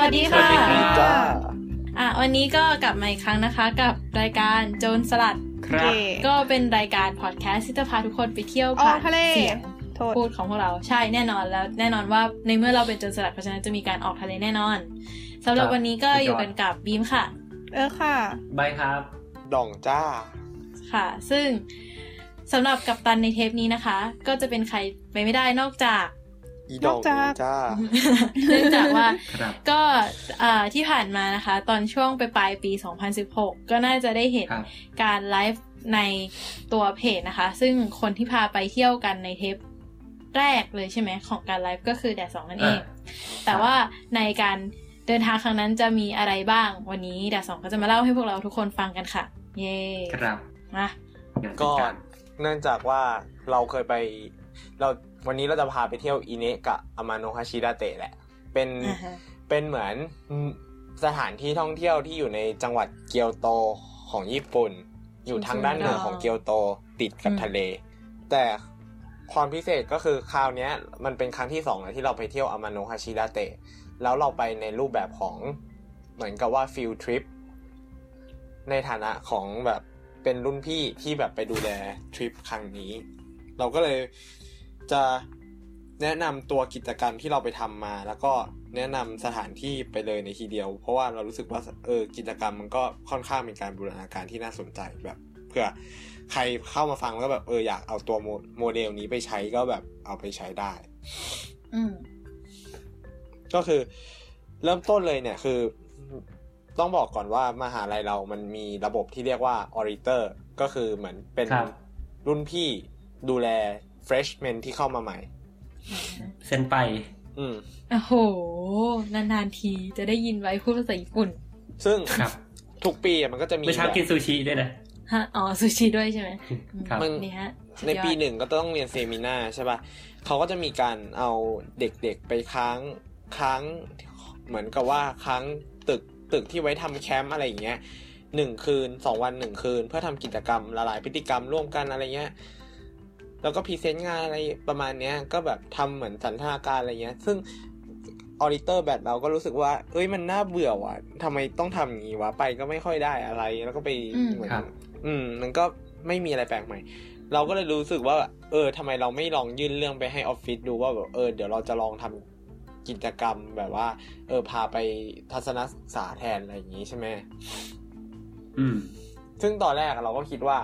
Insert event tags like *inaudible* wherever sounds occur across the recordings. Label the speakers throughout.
Speaker 1: วัสดีค่ะ
Speaker 2: สวัสดีครับ
Speaker 3: จ้า
Speaker 1: อ่ะวันนี้ก็กลับมาอีกครั้งนะคะ กับรายการโจรสลัด
Speaker 2: ครับ
Speaker 3: เย่
Speaker 1: ก็เป็นรายการพอดแคสต์ที่จะพาทุกคนไปเที่ยว
Speaker 3: ออ
Speaker 1: ผ่าก น
Speaker 3: ทะเล
Speaker 1: เสียง
Speaker 3: โทษ
Speaker 1: พูดของพวกเราใช่แน่นอนแล้วแน่นอนว่าในเมื่อเราเป็นโจรสลัดเพราะฉะนั้นจะมีการออกทะเลแน่นอนสำหรับ
Speaker 2: ครับ
Speaker 1: วันนี้ก็
Speaker 2: สุดยอด
Speaker 1: อยู่กันกับบีมค่ะ
Speaker 3: เออค่ะ
Speaker 2: บายครับ
Speaker 3: ดองจ้า
Speaker 1: ค่ะ ซึ่งสำหรับกัปตันในเทปนี้นะคะ ก็จะเป็นใครไปไม่ได้นอกจาก *laughs*
Speaker 4: อี
Speaker 3: น
Speaker 4: ดอง
Speaker 3: อกจาก
Speaker 4: จ้า
Speaker 1: เนื่องจากว่า
Speaker 2: ครับ
Speaker 1: ก็อ่าที่ผ่านมานะคะ ตอนช่วงไปปลายปี 2016 ก็น่าจะได้เห็น
Speaker 2: ครับ
Speaker 1: การไลฟ์ในตัวเพจนะคะ ซึ่งคนที่พาไปเที่ยวกันในเทปแรกเลยใช่ไหมของการไลฟ์ก็คือแดดสองนั่นเอง
Speaker 2: อ่
Speaker 1: แต่ว่าในการเดินทางครั้งนั้นจะมีอะไรบ้างวันนี้แดดสองก็จะมาเล่าให้พวกเราทุกคนฟังกันค่ะ เย่
Speaker 2: ครับ
Speaker 1: มา
Speaker 2: ย่างเป็น
Speaker 4: ก็
Speaker 2: าร
Speaker 4: เนื่องจากว่าเราเคยไป เราวันนี้เราจะพาไปเที่ยวอิเนะกะอามาโนฮาชิดาเตะแหละ เป็น
Speaker 1: อ่าฮะ
Speaker 4: เป็นเหมือนสถานที่ท่องเที่ยวที่อยู่ในจังหวัดเกียวโตของญี่ปุ่น อยู่ทางด้านเหนือของเกียวโตติดกับทะเล แต่ความพิเศษก็คือคราวเนี้ย มันเป็นครั้งที่สองแล้วที่เราไปเที่ยวอามาโนฮาชิดาเตะแล้วเราไปในรูปแบบของเหมือนกับว่าฟิลทริปในฐานะของแบบเป็นรุ่นพี่ที่แบบไปดูแลทริปครั้งนี้ เราก็เลยจะแนะนำตัวกิจกรรมที่เราไปทำมา แล้วก็แนะนำสถานที่ไปเลยในทีเดียว เพราะว่าเรารู้สึกว่าเออกิจกรรมมันก็ค่อนข้างเป็นการบูรณาการที่น่าสนใจแบบเผื่อใครเข้ามาฟังแล้วแบบเอออยากเอาตัวโมโมเดลนี้ไปใช้ก็แบบเอาไปใช้ได้
Speaker 1: อืม
Speaker 4: ก็คือเริ่มต้นเลยเนี่ยคือต้องบอกก่อนว่ามหาลัยเรามันมีระบบที่เรียกว่าออริเตอร์ก็คือเหมือนเป็น
Speaker 2: ครับ
Speaker 4: รุ่นพี่ดูแล freshman ที่เข้ามาใหม่
Speaker 2: เซ็นไป
Speaker 4: อืม
Speaker 1: โอ้โห นานๆทีจะได้ยินไว้พูดภาษาญี่ปุ่น
Speaker 4: ซึ่ง
Speaker 2: ครับ
Speaker 4: ทุกปีอะมันก็จะมี
Speaker 2: เมื่อเช้ากิน
Speaker 4: แบบ
Speaker 2: ซูชิด้วยนะ
Speaker 1: ฮะ อ๋อ ซูชิด้วยใช่ไหมอืม
Speaker 2: ครับ
Speaker 4: มึง
Speaker 1: นี่ฮะสุดยอด
Speaker 4: ในปีหนึ่งก็ต้องเรียนเซมินาใช่ป่ะเขาก็จะมีการเอาเด็กๆไปค้างค้างเหมือนกับว่าค้างตึกตึกที่ไว้ทำแคมป์อะไรอย่างเงี้ยหนึ่งคืนสองวันหนึ่งคืน เพื่อทำกิจกรรมละลายพฤติกรรมร่วมกันอะไรเงี้ยแล้วก็พรีเซนต์งานอะไรประมาณเนี้ยก็แบบทำเหมือนสันทนาการอะไรเงี้ย ซึ่งออริเตอร์แบบเราก็รู้สึกว่า เอ้ยมันน่าเบื่อว่ะทำไมต้องทำอย่างงี้วะไปก็ไม่ค่อยได้อะไร แล้วก็ไป
Speaker 1: อืม
Speaker 4: เหมือน
Speaker 2: ครับ
Speaker 4: อืม มันก็ไม่มีอะไรแปลกใหม่ เราก็เลยรู้สึกว่า เออทำไมเราไม่ลองยื่นเรื่องไปให้ออฟฟิศดูว่าแบบเออเดี๋ยวเราจะลองทำกิจกรรมแบบว่า เออพาไปทัศนศึกษาแทนอะไรอย่างนี้ใช่ไหม
Speaker 2: อืม
Speaker 4: ซึ่งตอนแรกอะเราก็คิดว่า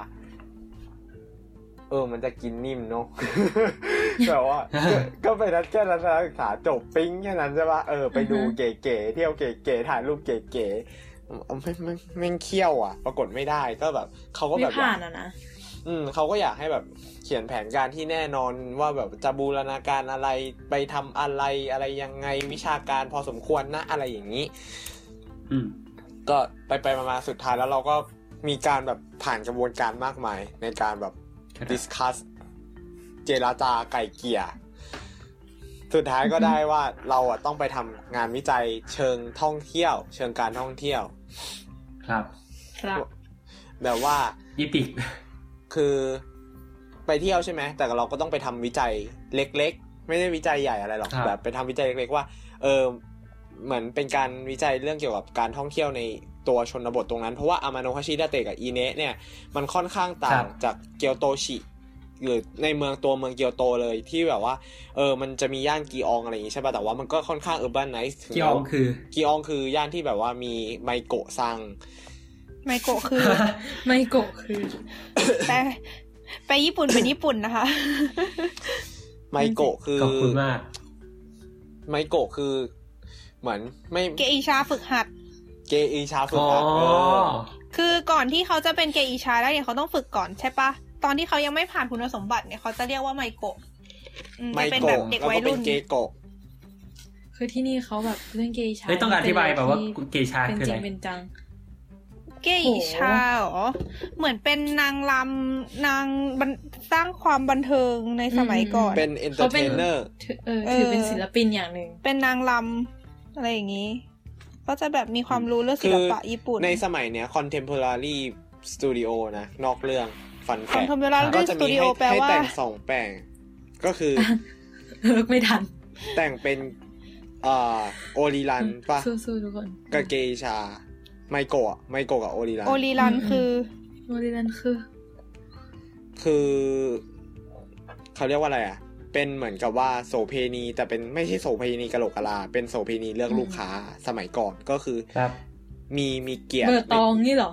Speaker 4: เออ มันจะกินนิ่มเนาะ *laughs* แบบว่าก็ก็ไปนัดแค่ทัศนศึกษาจบปิ้งแค่นั้นใช่ปะเออ ไปดู
Speaker 1: อือฮะ
Speaker 4: เก๋ๆเที่ยวเก๋ๆถ่ายรูปเก๋ๆเอาไม่ไม่ไม่เคี่ยวอ่ะ ปรากฏไม่ได้ก็แบบเขาก็
Speaker 1: ไม่
Speaker 4: แบบอยา
Speaker 1: ผ่าก นอ่ะนะ
Speaker 4: อืมเขาก็อยากให้แบบเขียนแผนการที่แน่นอนว่าแบบจะบูรณาการอะไรไปทำอะไรอะไรยังไงวิชาการพอสมควรนะอะไรอย่างนี้
Speaker 2: อืม
Speaker 4: ก็ไปไปๆมาๆสุดท้ายแล้วเราก็มีการแบบผ่านกระบวนการมากมาย ในการแบบ
Speaker 2: ครับ
Speaker 4: discuss เจราจาไก่เกลี่ยสุดท้ายก็ได้ว่าเราอ่ะต้องไปทำงานวิจัยเชิงท่องเที่ยว เชิงการท่องเที่ยว
Speaker 2: ครับ
Speaker 1: ครับ
Speaker 4: แบบว่า
Speaker 2: ยี่ปิก
Speaker 4: คือไปเที่ยวใช่ไหม แต่เราก็ต้องไปทำวิจัยเล็กๆ ไม่ได้วิจัยใหญ่อะไรหรอก
Speaker 2: ครับ
Speaker 4: แบบไปทำวิจัยเล็กๆว่า เออเหมือนเป็นการวิจัยเรื่องเกี่ยวกับการท่องเที่ยวในตัวชนบทตรงนั้น เพราะว่าอามาโนฮาชิดาเตะกับอีเนะเนี่ย มันค่อนข้างต่างจากเกียวโตชิหรือในเมืองตัวเมืองเกียวโตเลยที่แบบว่า เออ มันจะมีย่านกีอองอะไรอย่างงี้ใช่ป่ะ แต่ว่ามันก็ค่อนข้างเออร์บานไนซ์
Speaker 2: กี่ออมคือ
Speaker 4: กีอองคือย่านที่แบบว่ามีไมโกะซัง
Speaker 3: ไมโกะ
Speaker 4: *laughs*
Speaker 3: คือ
Speaker 1: ไมโกะคือ
Speaker 3: แต่ ไปญี่ปุ่นเป็นญี่ปุ่นนะคะ
Speaker 4: ไมโกะคือ
Speaker 2: ขอบคุณมาก
Speaker 4: ไมโกะคือ เหมือนไม่
Speaker 3: เกอิชาฝึกหัด
Speaker 4: เกอีชาฝึก
Speaker 2: อ๋อ
Speaker 4: หัดเออ
Speaker 3: คือก่อนที่เขาจะเป็นเกอิชาได้เนี่ยเขาต้องฝึกก่อนใช่ปะ ตอนที่เขายังไม่ผ่านคุณสมบัติเนี่ยเขาจะเรียกว่าไมโกะอืม
Speaker 4: ไม
Speaker 3: จะเป็น
Speaker 4: โกะ
Speaker 3: แบบเด็ก
Speaker 4: แล้ว
Speaker 3: วัย
Speaker 4: ก็เป็
Speaker 3: รุ่
Speaker 4: น
Speaker 3: น
Speaker 4: เกโกะ
Speaker 1: คือที่นี่เขาแบบเรื่องเกย์ชาย
Speaker 2: เฮ้ยต้องอธิบายแบบว่า
Speaker 1: เป็น
Speaker 2: เกชา
Speaker 1: เป็น
Speaker 2: คือ
Speaker 1: จริ
Speaker 2: อะ
Speaker 1: ง
Speaker 2: ไร
Speaker 1: เป็นจัง
Speaker 3: เกอิชาเหรอ เหมือนเป็นนางรำนางบันสร้างความบันเทิงในสมัยก่อน
Speaker 1: ม
Speaker 4: เป็นเอนเตอร์เทนเนอร์
Speaker 1: ถือเออถือเป็นศิลปินอย่างหนึ่ง *laughs*
Speaker 3: เป็นนางรำอะไรอย่างนี้ ก็จะแบบมีความรู้เรื่องศิลปะ
Speaker 4: คือ
Speaker 3: ญี่ปุ่น
Speaker 4: ในสมัยเนี้ยคอนเทมพอรารีสตูดิโอนะ นอกเรื่องฟันแฟ
Speaker 3: คอน
Speaker 4: ก
Speaker 3: เทมเวลา
Speaker 4: ก็
Speaker 3: เรื่อง
Speaker 4: จะ
Speaker 3: ส
Speaker 4: มี
Speaker 3: ตูดิโอ
Speaker 4: ให้
Speaker 3: แปล
Speaker 4: ให้
Speaker 3: ว่า *laughs*
Speaker 4: แต่งสองแปลง ก็คือ
Speaker 1: เลิกไม่ทัน
Speaker 4: แต่งเป็น อ่าโอริรันปะ
Speaker 1: สู้ๆทุกคน
Speaker 4: กับเกอิชา ไมโกะอะไมโกะกับโอริรัน
Speaker 3: โอริรันคือ
Speaker 1: โมเดลันคือ
Speaker 4: คือเขาเรียกว่าอะไรอ่ะ เป็นเหมือนกับว่าโสเพณีแต่เป็นไม่ใช่โสเพณีกะโหลกกะลา เป็นโสเพณีเลือก
Speaker 1: อืม
Speaker 4: ลูกค้าสมัยก่อนก็คือ
Speaker 2: ครับ
Speaker 4: มีมีเกียรติ
Speaker 1: เบอร์ตองนี่เหรอ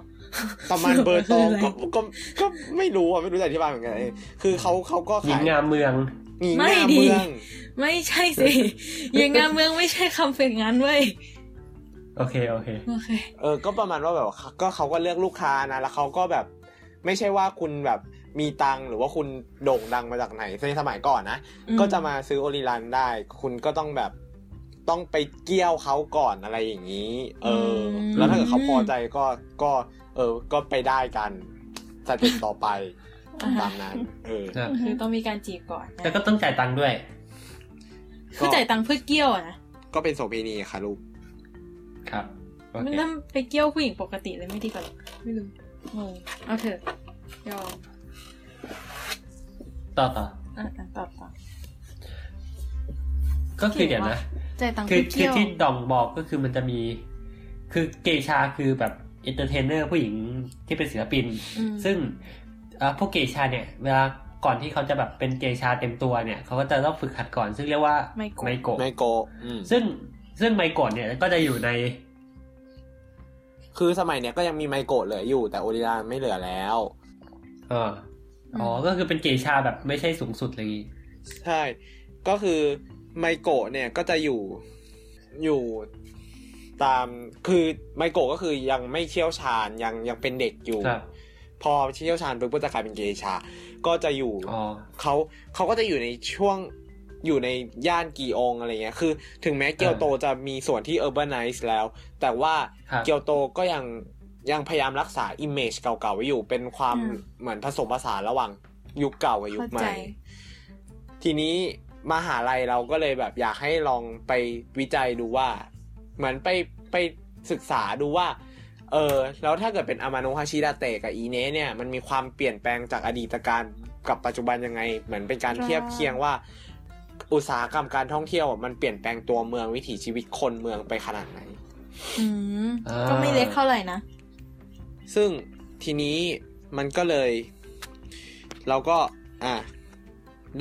Speaker 4: ประมาณเบอร์ตอง
Speaker 1: เบอร์อะ
Speaker 4: ก็
Speaker 1: ไร
Speaker 4: ก็ก็ไม่รู้อ่ะ ไม่รู้จะอธิบายเหมือนกันเออคือเขาเขาก็
Speaker 2: หญิ
Speaker 4: ขาง ย
Speaker 2: งามเมือง
Speaker 4: หญิง
Speaker 1: ไม่
Speaker 4: งาม
Speaker 1: ดี
Speaker 4: เมือง
Speaker 1: ไม่ใช่สิ อย่างงามเมืองไม่ใช่คำเป็นงั้นเว้ย
Speaker 2: โอเค โอเค
Speaker 1: โอเค
Speaker 4: เออ ก็ประมาณว่าแบบเขาก็เขาก็เลือกลูกค้านะ แล้วเขาก็แบบ ไม่ใช่ว่าคุณแบบมีตังค์หรือว่าคุณโด่งดังมาจากไหนในสมัยก่อนนะ
Speaker 1: อืม
Speaker 4: ก็จะมาซื้อโอริรันได้ คุณก็ต้องแบบต้องไปเกี่ยวเขาก่อนอะไรอย่างนี้ เอออ
Speaker 1: ม
Speaker 4: แล้วถ้าเกิดเขาพอใจก็ก็ เออ ก็ไปได้กันสเต็ปต่อไป
Speaker 1: อ่า
Speaker 4: ตามนั้นเออ
Speaker 2: ครับ
Speaker 1: คือต้องมีการจีบก่อนนะ
Speaker 2: แล้วก็ต้องจ่ายตังค์ด้วย
Speaker 1: คือจ่ายตังค์เพื่อเกี้ยวอะนะ
Speaker 4: ก็เป็นโสเภณีค่ะลูก
Speaker 2: ครับ โอ
Speaker 1: มัน
Speaker 2: เค
Speaker 1: นั่นไปเกี้ยวผู้หญิงปกติเลยไม่ดีกว่าหรอไม่รู้งงเอาเถอะยอม
Speaker 2: ต่อต่อ
Speaker 1: อ่ะอ่ะตอบต่อ
Speaker 2: ก็คือเดี๋ยวนะ
Speaker 1: จ่ายตังค์
Speaker 2: คือ
Speaker 1: เพื่อ
Speaker 2: คือ
Speaker 1: เที่ยว
Speaker 2: ที่ดองบอกก็คือมันจะมี คือเกชาคือแบบเอนเตอร์เทนเนอร์ผู้หญิงที่เป็นศิลปิน
Speaker 1: อืม
Speaker 2: ซึ่งเอ่อพวกเกชาเนี่ย เวลาก่อนที่เขาจะแบบเป็นเกชาเต็มตัวเนี่ย เขาก็จะต้องฝึกหัดก่อน ซึ่งเรียกว่า
Speaker 1: ไมโกะ
Speaker 2: โกะ
Speaker 4: ไมโกะอืม
Speaker 2: ซึ่งซึ่งไมโกะเนี่ยก็จะอยู่ใน
Speaker 4: คือสมัยเนี้ยก็ยังมีไมโกะเหลืออยู่ แต่โอริรันไม่เหลือแล้ว
Speaker 2: เอ่ออ๋ออก็คือเป็นเกชาแบบไม่ใช่สูงสุดอะไรอย่างงี้
Speaker 4: ใช่ ก็คือไมโกะเนี่ยก็จะอยู่อยู่ตามคือไมโกะก็คือยังไม่เชี่ยวชาญยังยังเป็นเด็กอยู่
Speaker 2: ครับ
Speaker 4: พอเชี่ยวชาญปุ๊บก็จะกลายเป็นเกอิชา ก็จะอยู่
Speaker 2: อ๋อ
Speaker 4: เขาเขาก็จะอยู่ในช่วงอยู่ในย่านกีองอะไรเงี้ยคือ ถึงแม้เกียวโตจะมีส่วนที่เออร์บานไนซ์แล้ว แต่ว่า
Speaker 2: ครับ
Speaker 4: เกียวโตก็ยังยังพยายามรักษาอิมเมจเก่าๆไว้อยู่เป็นความ
Speaker 1: อืม
Speaker 4: เหมือนผสมผสานระหว่างยุคเก่ากับยุค
Speaker 1: เข้า
Speaker 4: ให
Speaker 1: ใจ
Speaker 4: ม่ ทีนี้มหาลัยเราก็เลยแบบอยากให้ลองไปวิจัยดูว่า เหมือนไปไปศึกษาดูว่า เออแล้วถ้าเกิดเป็นอามาโนะฮาชิดาเตะกับอีเนะเนี่ยมันมีความเปลี่ยนแปลงจากอดีตการกับปัจจุบันยังไง เหมือนเป็นการ
Speaker 3: อ่า
Speaker 4: เทียบเคียงว่า อุตสาหกรรมการท่องเที่ยวอะมันเปลี่ยนแปลงตัวเมืองวิถีชีวิตคนเมืองไปขนาดไหน
Speaker 1: อืม
Speaker 2: อ่า
Speaker 1: ก็ไม่เล็กเท่าไหร่นะ
Speaker 4: ซึ่งทีนี้มันก็เลย เราก็อ่ะ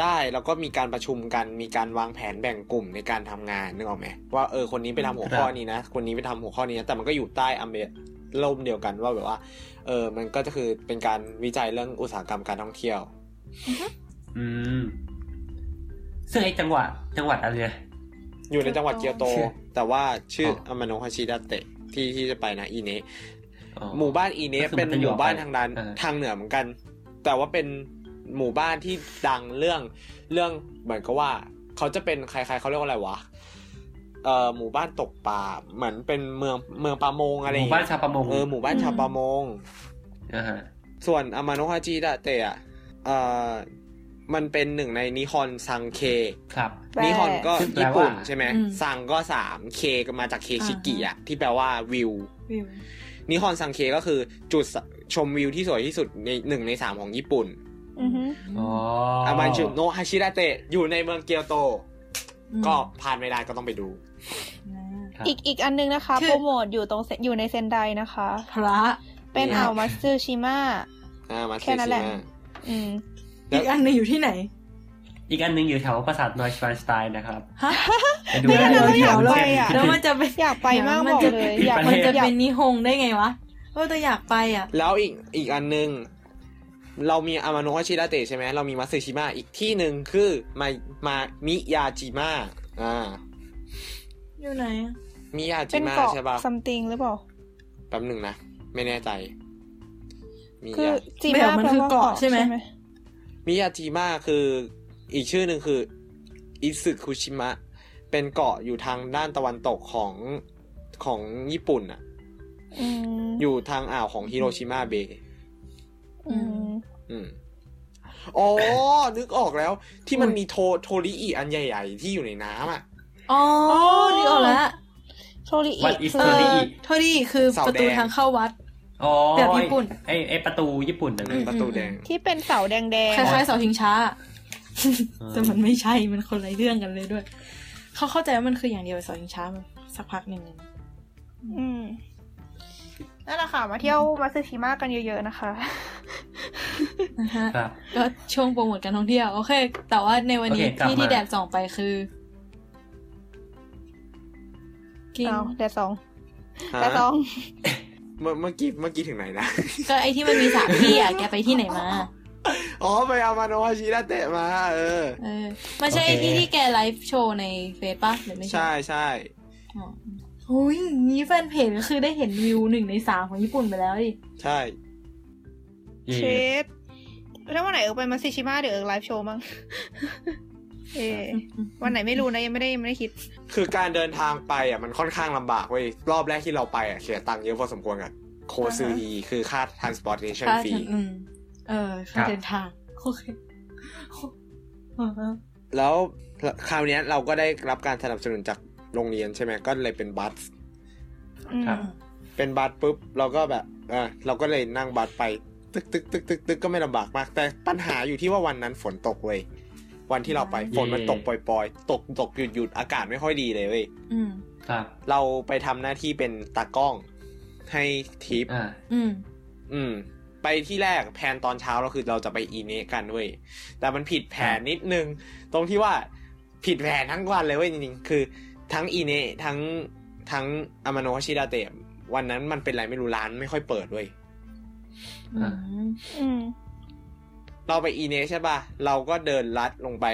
Speaker 4: ได้แล้วก็มีการประชุมกันมีการวางแผนแบ่งกลุ่มในการทำงานนึกออกไหมว่าเออคนนี้ไปทำหัวข้อนี้นะ คนนี้ไปทำหัวข้อนี้นะแต่มันก็อยู่ใต้อเมร่มเดียวกันว่าแบบว่า เออมันก็จะคือเป็นการวิจัยเรื่องอุตสาหกรรมการท่องเที่ยว
Speaker 2: อืม ซึ่งไอ้จังหวัดจังหวัดอะไรเนี่ย
Speaker 4: อยู่ในจังหวัดเกียวโต
Speaker 2: เกียวโต
Speaker 4: แต่ว่าชื่อ
Speaker 2: อ
Speaker 4: อามาโนะฮาชิดะเตะที่ที่จะไปนะอีเนะ
Speaker 2: อ๋อ
Speaker 4: หมู่บ้านอีเนส
Speaker 2: ก็คือ
Speaker 4: เป็น
Speaker 2: มันจะ
Speaker 4: หมู่บ้าน
Speaker 2: อยู่ออกไป
Speaker 4: ทางด้าน
Speaker 2: อ่า
Speaker 4: ทางเหนือเหมือนกัน แต่ว่าเป็นหมู่บ้านที่ดังเรื่องเรื่องเหมือนกับว่า เขาจะเป็นใครๆเขาเรียกว่าอะไรวะเอ่อหมู่บ้านตกปลาเหมือนเป็นเมืองเมืองประมงอะไรอ
Speaker 2: ห
Speaker 4: ย่
Speaker 2: มู่
Speaker 4: ง
Speaker 2: บ้าน
Speaker 4: เงี้ย
Speaker 2: ชาวประมง
Speaker 4: เออหมู่บ้านชาวประมง
Speaker 2: อ่าฮะ
Speaker 4: ส่วนอามาโนะฮาจิดะเตะอ่ะเอ่อมันเป็นหนึ่งในนิฮอนซังเค
Speaker 2: ครับ
Speaker 3: แปล
Speaker 4: นิฮอนก็
Speaker 2: ซึ่งแปล
Speaker 4: ญี่ปุ่น
Speaker 2: ว่า
Speaker 4: ใช่ไหม
Speaker 1: อืม
Speaker 4: ซังก็สามเคก็มาจากเคชิกิอ่ะที่แปลว่าวิว
Speaker 1: ิว
Speaker 4: นิฮอนซังเคก็คือจุดชมวิวที่สวยที่สุดในหนึ่งในสามของญี่ปุ่น
Speaker 3: อือฮึ
Speaker 2: อ๋อ
Speaker 4: อามันชุโนฮาชิดะเตะอยู่ในเมืองเกียวโต ก็ผ่านไม่ได้ก็ต้องไปดู
Speaker 2: ครับ
Speaker 3: อีกอีกอันนึงนะคะ โปรโมทอยู่ตรงเซอยู่ในเซนไดนะคะ
Speaker 1: พระ
Speaker 3: เป็น
Speaker 4: เนี่ย
Speaker 3: อ่าวมัตสึชิมะ
Speaker 4: อ่ามา
Speaker 3: แค่นั้นแหละ อืม
Speaker 1: อีกอันหนึงอยู่ที่ไหน
Speaker 2: อีกอันหนึงอยู่แถวปราสาทนอยช์วานสไตน์นะครับ
Speaker 1: ฮะ
Speaker 2: ไปดู
Speaker 3: ไม่ได้เราอยาก
Speaker 2: ด้
Speaker 3: ไปอะ
Speaker 1: แล้วมันจะเป็น
Speaker 3: อยากไปมาก
Speaker 1: มั
Speaker 3: บอก
Speaker 1: จะ
Speaker 3: เลย
Speaker 2: ปิด
Speaker 3: อยาก
Speaker 2: ประ
Speaker 1: มัน
Speaker 2: เทศ
Speaker 1: จะเป็นนิฮงได้ไงวะก็จะอยากไปอ่ะ
Speaker 4: แล้วอีกอีกอันหนึง เรามีอามาโนะฮาชิดะเตะใช่ไหมเรามีมัตสึชิมะอีกที่หนึ่งคือมามามิยาจิมะอ่า
Speaker 1: อยู่ไหนอะ
Speaker 4: มิยาจิ
Speaker 3: เป็น
Speaker 4: มะ
Speaker 3: เกาะ
Speaker 4: ใช่ปะ
Speaker 3: ซัมติงหรือเปล่า
Speaker 4: แป๊บหนึ่งนะ ไม่แน่ใจ มิ
Speaker 3: คือย
Speaker 4: า
Speaker 3: จิ
Speaker 1: แบบ
Speaker 3: มะ
Speaker 1: มัน
Speaker 3: แปล
Speaker 1: คือ
Speaker 3: ว่า
Speaker 1: เกาะ
Speaker 3: เกาะ
Speaker 1: ใช่
Speaker 3: ใช่
Speaker 1: ไห
Speaker 3: ไห
Speaker 1: ม
Speaker 3: ม
Speaker 4: มิยาจิมะคืออีกชื่อหนึ่งคืออิซึคุชิมะ เป็นเกาะอยู่ทางด้านตะวันตกของของญี่ปุ่นอะ
Speaker 3: อืม
Speaker 4: อยู่ทางอ่าวของฮิโรชิมาเบย์
Speaker 3: อืม
Speaker 4: อืมอ๋อ นึกออกแล้ว ที่มันมีโทโทริอีอันใหญ่ ๆ ที่อยู่ในน้ำอ่ะ
Speaker 1: อ๋อนึกออกแล้ว
Speaker 3: โทริอิ
Speaker 2: วัดอิส
Speaker 3: คื
Speaker 2: เท
Speaker 1: เอ
Speaker 2: อ
Speaker 3: อ
Speaker 2: รี
Speaker 1: อโทษดีคือประตูทางเข้าวัด
Speaker 2: อ๋อ
Speaker 1: แบบญี่ปุ่น
Speaker 2: ไอไอประตูญี่ปุ่นนะ
Speaker 1: อืม
Speaker 4: ประตูแดง
Speaker 3: ที่เป็นเสาแดง
Speaker 1: คล้ายๆเสาชิงช้า แต่มันไม่ใช่มันคนละเรื่องกันเลยด้วย เขาเข้าใจว่ามันคืออย่างเดียวกับเสาชิงช้ามันสักพักหนึ่งเลยนะ
Speaker 3: อืมนั่นแหละค่ะ มาเที่ยวมาซึชิมะกันเยอะๆนะคะ
Speaker 1: นะคะ
Speaker 2: ครับ
Speaker 1: ก็ช่วงโปรโมทการท่องเที่ยวโอเค แต่ว่าในวันนี้
Speaker 2: โอเคกลับ
Speaker 1: ที่ที่
Speaker 2: มา
Speaker 1: แดดส่องไปคือ กิน
Speaker 3: เอาแดดสอง
Speaker 4: ฮะ
Speaker 3: แดดสอง
Speaker 4: เมื่อเมื่อกี้เมื่อกี้ถึงไหนนะ
Speaker 1: ก็ไอที่มันมีสามที่อ่ะ แกไปที่ไหนมา
Speaker 4: อ๋อไปเอามาโนะฮาชิดาเตะมา เออ
Speaker 1: เออไม่ใช่ไอ
Speaker 2: โอเค
Speaker 1: ที่ที่แกไลฟ์โชว์ในเฟซปะหรือไม่
Speaker 4: ใช่ใช่
Speaker 1: อ๋อโอ้ยอย่างนี้แฟนเพจก็คือได้เห็นวิวหนึ่งในสามของญี่ปุ่นไปแล้วดิ
Speaker 4: ใช่
Speaker 2: เย่
Speaker 3: เชฟถ้าวันไหนเออไปมาซิชิมะเดี๋ยวเออไลฟ์โชว์มั้ง *laughs* เออวันไหนไม่รู้นะยังไม่ได้ยังไม่ได้คิด
Speaker 4: คือการเดินทางไปอ่ะมันค่อนข้างลำบากเว้ยรอบแรกที่เราไปอ่ะเสียตังค์เยอะพอสมควรอ่ะโคซูฮีคือค่า transportation
Speaker 1: ค่า
Speaker 4: fee
Speaker 1: อืมเออค่าเดินทางโอเคอ่าฮะ
Speaker 4: แล้วคราวเนี้ยเราก็ได้รับการสนับสนุนจากโรงเรียนใช่ไหมก็เลยเป็นบัส
Speaker 3: อืม
Speaker 2: ครับ
Speaker 4: เป็นบัสปุ๊บเราก็แบบอ่ะเราก็เลยนั่งบัสไป ตึกตึกตึกตึกตึกก็ไม่ลำบากมาก แต่ปัญหาอยู่ที่ว่าวันนั้นฝนตกเว้ยวันที่เราไปฝนมันตกปล่อยๆ ตกตกหยุดหยุดๆอากาศไม่ค่อยดีเลยเว้ย
Speaker 1: อืม
Speaker 2: ครับ
Speaker 4: เราไปทำหน้าที่เป็นตากล้องให้ทิป
Speaker 2: อ่า
Speaker 1: อืม
Speaker 4: อืม ไปที่แรกแผนตอนเช้าเราคือเราจะไปอีเนะกันเว้ย แต่มันผิดแผนนิดนึง ตรงที่ว่าผิดแผนทั้งวันเลยเว้ยจริงๆ คือ ทั้งอีเนะทั้งทั้งอามาโนะชิดาเตะวันนั้นมันเป็นไรไม่รู้ร้านไม่ค่อยเปิดเว้ย
Speaker 1: อื
Speaker 2: อ่า
Speaker 1: ม
Speaker 3: อืม
Speaker 4: เราไปอีเนสใช่ป่ะ เราก็เดินลัดลงไป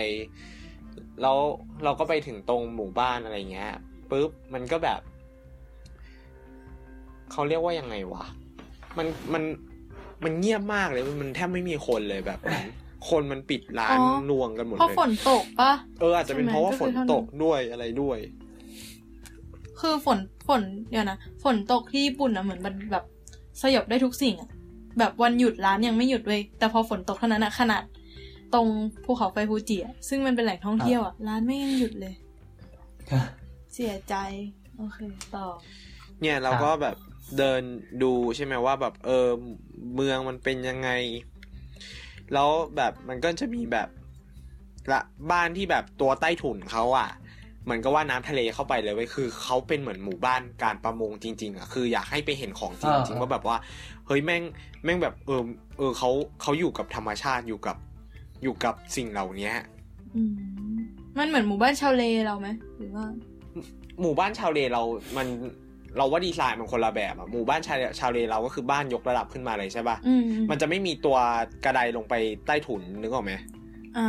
Speaker 4: แล้วเราก็ไปถึงตรงหมู่บ้านอะไรเงี้ยปุ๊บ มันก็แบบ เขาเรียกว่ายังไงวะ มันมันมันเงียบมากเลยมันแทบไม่มีคนเลยแบบนั้นคนมันปิดร้าน
Speaker 1: อ๋อ
Speaker 4: นวงกันหมด
Speaker 1: เพราะ
Speaker 4: เลย
Speaker 1: ฝนตกปะ
Speaker 4: เอออาจจะเป็น
Speaker 1: ใช่ไหม
Speaker 4: เพราะว่า
Speaker 1: ก็
Speaker 4: ฝ
Speaker 1: คื
Speaker 4: น
Speaker 1: อเท่านั้น
Speaker 4: ตกด้วยอะไรด้วย
Speaker 1: คือฝนฝนเดี๋ยวนะฝนตกที่ญี่ปุ่นอะเหมือนมันแบบสยบได้ทุกสิ่งอะแบบวันหยุดร้านยังไม่หยุดเว้ยแต่พอฝนตกเท่านั้นอะขนาด ตรงภูเขาไฟฟูจิอะซึ่งมันเป็นแหล่งท่องเที่ยวอะร้านไม่ยังหยุดเลย
Speaker 2: ครับ
Speaker 1: เสียใจ โอเค ต่อ
Speaker 4: เนี่ยเราก็แบบเดินดูใช่ไหมว่าแบบเออเมืองมันเป็นยังไง แล้วแบบมันก็จะมีแบบละบ้านที่แบบตัวใต้ถุนเขาอ่ะเหมือนก็ว่าน้ำทะเลเข้าไปเลยเว้ยคือเขาเป็นเหมือนหมู่บ้านการประมงจริง ๆอ่ะคืออยากให้ไปเห็นของจริง
Speaker 2: อ่า
Speaker 4: จริงว่าแบบว่าเฮ้ยแม่งแม่งแบบเออเออเขาเขาอยู่กับธรรมชาติอยู่กับอยู่กับสิ่งเหล่านี้
Speaker 1: อืมมันเหมือนหมู่บ้านชาวเลเราไหมหรือว่า
Speaker 4: หมู่บ้านชาวเลเรา มันเราว่าดีไซน์มันคนละแบบอ่ะหมู่บ้านชาวเลชาวเลเราก็คือบ้านยกระดับขึ้นมาเลยใช่ปะ
Speaker 1: อืม
Speaker 4: มันจะไม่มีตัวกระไดลงไปใต้ถุนนึกออกไหม
Speaker 1: อ่า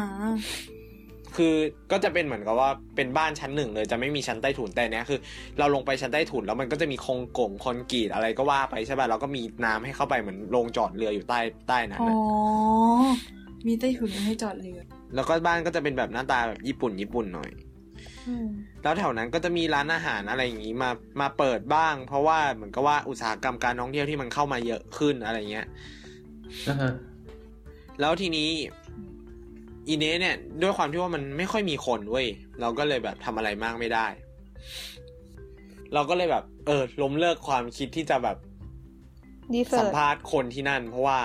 Speaker 4: คือก็จะเป็นเหมือนกับว่าเป็นบ้านชั้นหนึ่งเลยจะไม่มีชั้นใต้ถุนแต่เนี้ยคือ เราลงไปชั้นใต้ถุนแล้วมันก็จะมีโครงกลงคอนกรีตอะไรก็ว่าไปใช่ป่ะแล้วก็มีน้ำให้เข้าไปเหมือนโรงจอดเรืออยู่ใต้ใต้นั้น
Speaker 1: อ๋อ
Speaker 4: น่ะ
Speaker 1: มีใต้ถุนให้จอดเรือ
Speaker 4: แล้วก็บ้านก็จะเป็นแบบหน้าตาแบบญี่ปุ่นญี่ปุ่นหน่อย
Speaker 1: อืม
Speaker 4: แล้วแถวนั้นก็จะมีร้านอาหารอะไรอย่างนี้มามาเปิดบ้าง เพราะว่าเหมือนกับว่าอุตสาหกรรมการท่องเที่ยวที่มันเข้ามาเยอะขึ้นอะไรเงี้ย
Speaker 2: อ่าฮะ
Speaker 4: แล้วทีนี้อีเนสเนี่ย ด้วยความที่ว่ามันไม่ค่อยมีคนเว้ยเราก็เลยแบบทำอะไรมากไม่ได้ เราก็เลยแบบ เออล้มเลิกความคิดที่จะแบบ
Speaker 3: ดีเซอ
Speaker 4: สัม
Speaker 3: ร์
Speaker 4: ภาษณ์คนที่นั่น เพราะว่า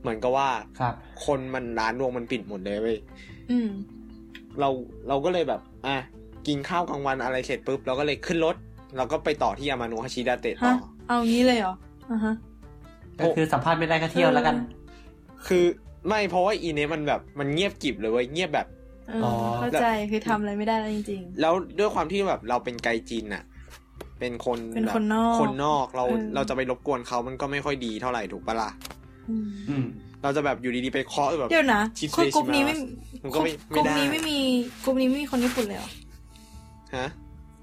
Speaker 4: เหมือนกับว่า
Speaker 2: ครับ
Speaker 4: คนมันร้านรวงมันปิดหมดเลยเว้ย
Speaker 1: อืม
Speaker 4: เราเราก็เลยแบบ อ่ะกินข้าวกลางวันอะไรเสร็จปุ๊บเราก็เลยขึ้นรถเราก็ไปต่อที่ยามาโนะฮาชิดาเตะต่
Speaker 1: ฮะ
Speaker 4: อ
Speaker 1: เอางี้เลยเหรอ อ่าฮะ
Speaker 2: ก็คือสัมภาษณ์ไม่ได้ก็เที่ยวแล้วกัน
Speaker 4: คือไม่เพราะว่าอีเนสมันแบบมันเงียบกริบเลยเว้ยเงียบแบบ
Speaker 1: เออ
Speaker 2: อ
Speaker 1: เข้าใจคือทำอะไรไม่ได้แล้วจริง
Speaker 4: แล้วด้วยความที่แบบเราเป็นไกจีนอะเป็นคน
Speaker 1: เป็นคน
Speaker 4: แบบ
Speaker 1: นอก
Speaker 4: คนนอกเรา
Speaker 1: เออ
Speaker 4: เราจะไปรบกวนเขามันก็ไม่ค่อยดีเท่าไหร่ถูกปะล่ะ
Speaker 1: ๆอืม
Speaker 2: อืม
Speaker 4: เราจะแบบอยู่ดีๆไปเคาะแบบ
Speaker 1: เดี๋ยวนะ
Speaker 4: ชิด
Speaker 1: คื
Speaker 4: เฟ
Speaker 1: อกลุ่มนี้ไม่
Speaker 4: ชิมามันก็ไม่
Speaker 1: กลุ่ม
Speaker 4: ไม่ได้
Speaker 1: นี้ไม่มีกลุ่มนี้ไม่มีคนญี่ปุ่นเลยเหรอ
Speaker 4: ฮะ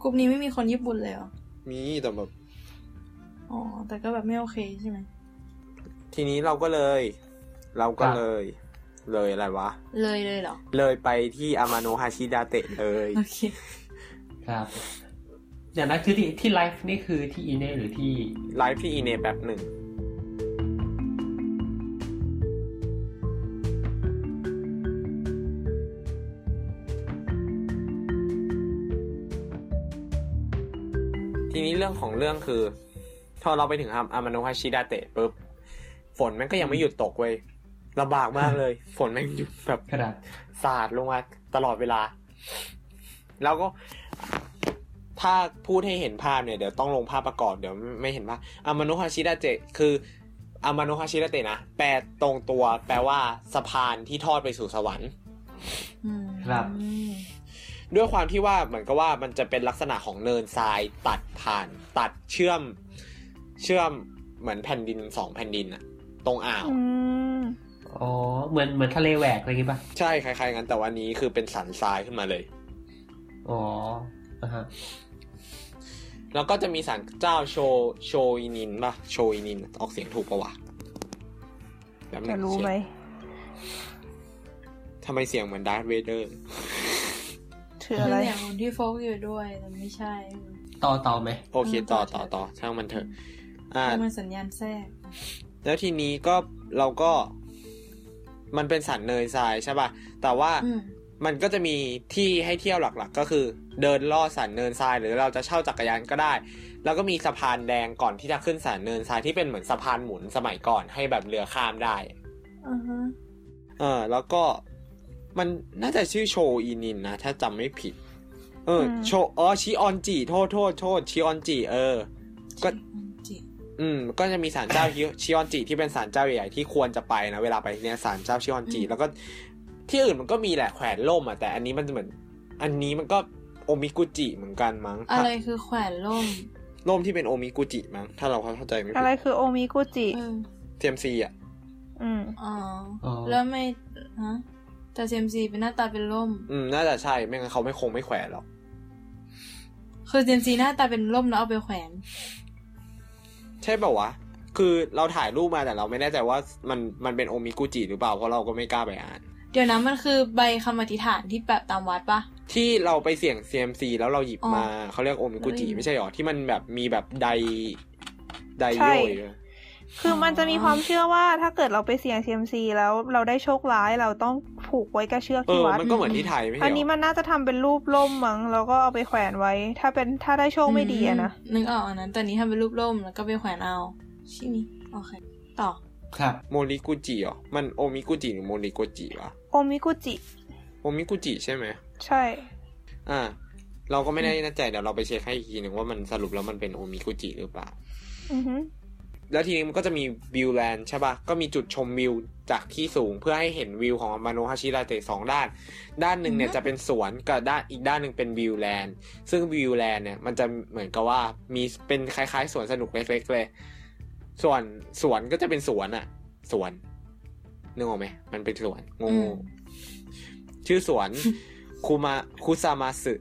Speaker 1: กลุ่มนี้ไม่มีคนญี่ปุ่นเลยเหรอ
Speaker 4: มีแต่แบบ
Speaker 1: อ๋อแต่ก็แบบไม่โอเคใช่ไหม
Speaker 4: ทีนี้เราก็เลย เราก็
Speaker 2: ครับ
Speaker 4: เลย เลยอะไรวะ
Speaker 1: เลยเลยเหรอ
Speaker 4: เลยไปที่อามาโนฮาชิดาเตะเลย
Speaker 1: โอเค
Speaker 2: ครับเดี๋ยวนะคือที่ที่ไลฟ์นี่คือที่อีเน่หรือที่
Speaker 4: ไลฟ์ที่อีเนแบบหนึ่ง ทีนี้เรื่องของเรื่องคือพอเราไปถึงอามาโนฮาชิดาเตะปุ๊บ ฝนมันก็ยังไม่หยุดตกเว้ยลำบากมากเลย ฝนมันหยุดแบบ
Speaker 2: ขนาด
Speaker 4: สาดลงมาตลอดเวลา แล้วก็ ถ้าพูดให้เห็นภาพเนี่ยเดี๋ยวต้องลงภาพประกอบเดี๋ยวไม่เห็นภาพอามานุฮาชิดะเจคืออามานุฮาชิดะเตะนะแปลตรงตัวแปลว่าสะพานที่ทอดไปสู่สวรรค์
Speaker 1: อืม
Speaker 2: ครับ
Speaker 4: ด้วยความที่ว่าเหมือนกับว่ามันจะเป็นลักษณะของเนินทรายตัดผ่าน ตัดเชื่อม เชื่อมเหมือนแผ่นดินสองแผ่นดินอะตรงอ่าว
Speaker 3: อืม
Speaker 2: อ๋อเหมือนเหมือนทะเลแหวกอะไรอย่างงี้ป่ะ
Speaker 4: ใช่คล้ายๆกันแต่วันนี้คือเป็นสันทรายขึ้นมาเลย
Speaker 2: อ๋ออ่าฮะ
Speaker 4: แล้วก็จะมีศาลเจ้าโชโชอินินป่ะโชอินิน ออกเสียงถูกปะวะแบบ
Speaker 3: จะ
Speaker 4: นั้น
Speaker 3: รู้ไหม
Speaker 4: ทำไมเสียงเหมือนดาร์ธเวเดอร์
Speaker 3: คือ
Speaker 1: เป็
Speaker 3: อะไร
Speaker 1: นอย่างคนที่โฟกอยู่ด้วยแต่ไม่ใช่
Speaker 2: ต่อต่อไหม
Speaker 4: โอเค ต่อต่อต่อช่างมันเถอะ อ่า
Speaker 1: มันสัญญาณแทรก
Speaker 4: แล้วทีนี้ก็เราก็ มันเป็นสันเนยทรายใช่ป่ะ แต่ว่า
Speaker 1: อืม
Speaker 4: มันก็จะมีที่ให้เที่ยวหลักๆ ก็คือ เดินล่อสันเนินทรายหรือเราจะเช่าจักรยานก็ได้ แล้วก็มีสะพานแดงก่อนที่จะขึ้นสันเนินทรายที่เป็นเหมือนสะพานหมุนสมัยก่อนให้แบบเรือข้ามได้
Speaker 1: อ่าฮะ
Speaker 4: เออแล้วก็มันน่าจะชื่อโชอินินนะ ถ้าจำไม่ผิด เอออ
Speaker 3: ม
Speaker 4: โชอ๋อชิออนจิโทษโทษโทษชิออนจิเออ ก็
Speaker 1: จิ
Speaker 4: อืม ก็จะมีศาลเจ้า ฮิชิออนจิที่เป็นศาลเจ้าใหญ่ๆที่ควรจะไปนะเวลาไปเนี่ยศาลเจ้าชิออนจิแล้วก็ที่อื่นมันก็มีแหละแขวนล่มอ่ะแต่อันนี้มันเหมือน อันนี้มันก็โอมิกุจิเหมือนกันมั้ง
Speaker 1: อะไรคือแขวนล่ม
Speaker 4: ล่มที่เป็นโอมิกุจิมั้งถ้าเราเข้าใจไม่ผิ
Speaker 3: อะไร
Speaker 4: ด
Speaker 3: คือโอมิกุจิ
Speaker 1: เออ
Speaker 4: เทียมซีอ่ะ
Speaker 3: อืม
Speaker 1: อ๋อ
Speaker 2: อ๋อ
Speaker 1: แล้วไม่ฮะแต่เซมซีเป็นหน้าตาเป็นล่ม
Speaker 4: อืมน่าจะใช่ไม่งั้นเขาไม่คงไม่แขวนหรอก
Speaker 1: คือเซมซีหน้าตาเป็นล่มแล้วเอาไปแขวน
Speaker 4: ใช่ป่าวะคือเราถ่ายรูปมาแต่เราไม่แน่ใจว่ามันมันเป็นโอมิกุจิหรือเปล่าเพราะเราก็ไม่กล้าไปอ่าน
Speaker 1: เดี๋ยวนะมันคือใบคำอธิษฐานที่แบบตามวัดปะ
Speaker 4: ที่เราไปเสี่ยง CMC แล้วเราหยิบ
Speaker 1: อ๋อ
Speaker 4: มาเขาเรียกโอมิกุจิ
Speaker 1: เฮ้ย
Speaker 4: ไม่ใช่หรอ ที่มันแบบมีแบบไดได
Speaker 3: ใช่
Speaker 4: โยยอะ
Speaker 3: คือมันจะมีความเชื่อว่าถ้าเกิดเราไปเสี่ยงเซียมซีแล้วเราได้โชคร้ายเราต้องผูกไว้กับเชือก
Speaker 4: เอ
Speaker 3: ที่
Speaker 4: อ
Speaker 3: วัด
Speaker 4: มันก็เหมือนที่ไทยไม่ใช่
Speaker 3: อั
Speaker 4: ห
Speaker 3: น
Speaker 4: ร
Speaker 3: นี้
Speaker 4: อ
Speaker 3: มันน่าจะทำเป็นรูปล่มมั้งแล้วก็เอาไปแขวนไว้ ถ้าเป็นถ้าได้โชคไม่ดีอะนะ
Speaker 1: มนึกออกอันนั้นแต่นี้ทำเป็นรูปร่มแล้วก็ไปแขวนเอาชิมิโอเค ต่อ
Speaker 2: ครับ
Speaker 4: โมริกุจิเหรอ มันโอมิกุจิหรือโมริกุจิวะ
Speaker 3: โอมิกุจิ
Speaker 4: โอมิกุจิใช่ไหม
Speaker 3: ใช่
Speaker 4: อ่า เราก็ไม่ได้แน่ใจเดี๋ยวเราไปเช็คให้อีกทีหนึ่งว่ามันสรุปแล้วมันเป็นโอมิกุจิหรือเปล่า
Speaker 3: อือฮึ
Speaker 4: แล้วทีนี้มันก็จะมีวิวแลนด์ใช่ปะก็มีจุดชมวิวจากที่สูงเพื่อให้เห็นวิวของอามาโนฮาชิราเตะสองด้าน ด้านหนึ่งเนี่ย
Speaker 1: อืม
Speaker 4: จะเป็นสวนกับด้านอีกด้านหนึ่งเป็นวิวแลนด์ซึ่งวิวแลนด์เนี่ยมันจะเหมือนกับว่ามีเป็นคล้ายๆสวนสนุกเล็กๆเลย ส่วนสวนก็จะเป็นสวนอะสวนนึกออกไหมมันเป็นสวนงงๆชื่อสวนคุมาคุซามาสึ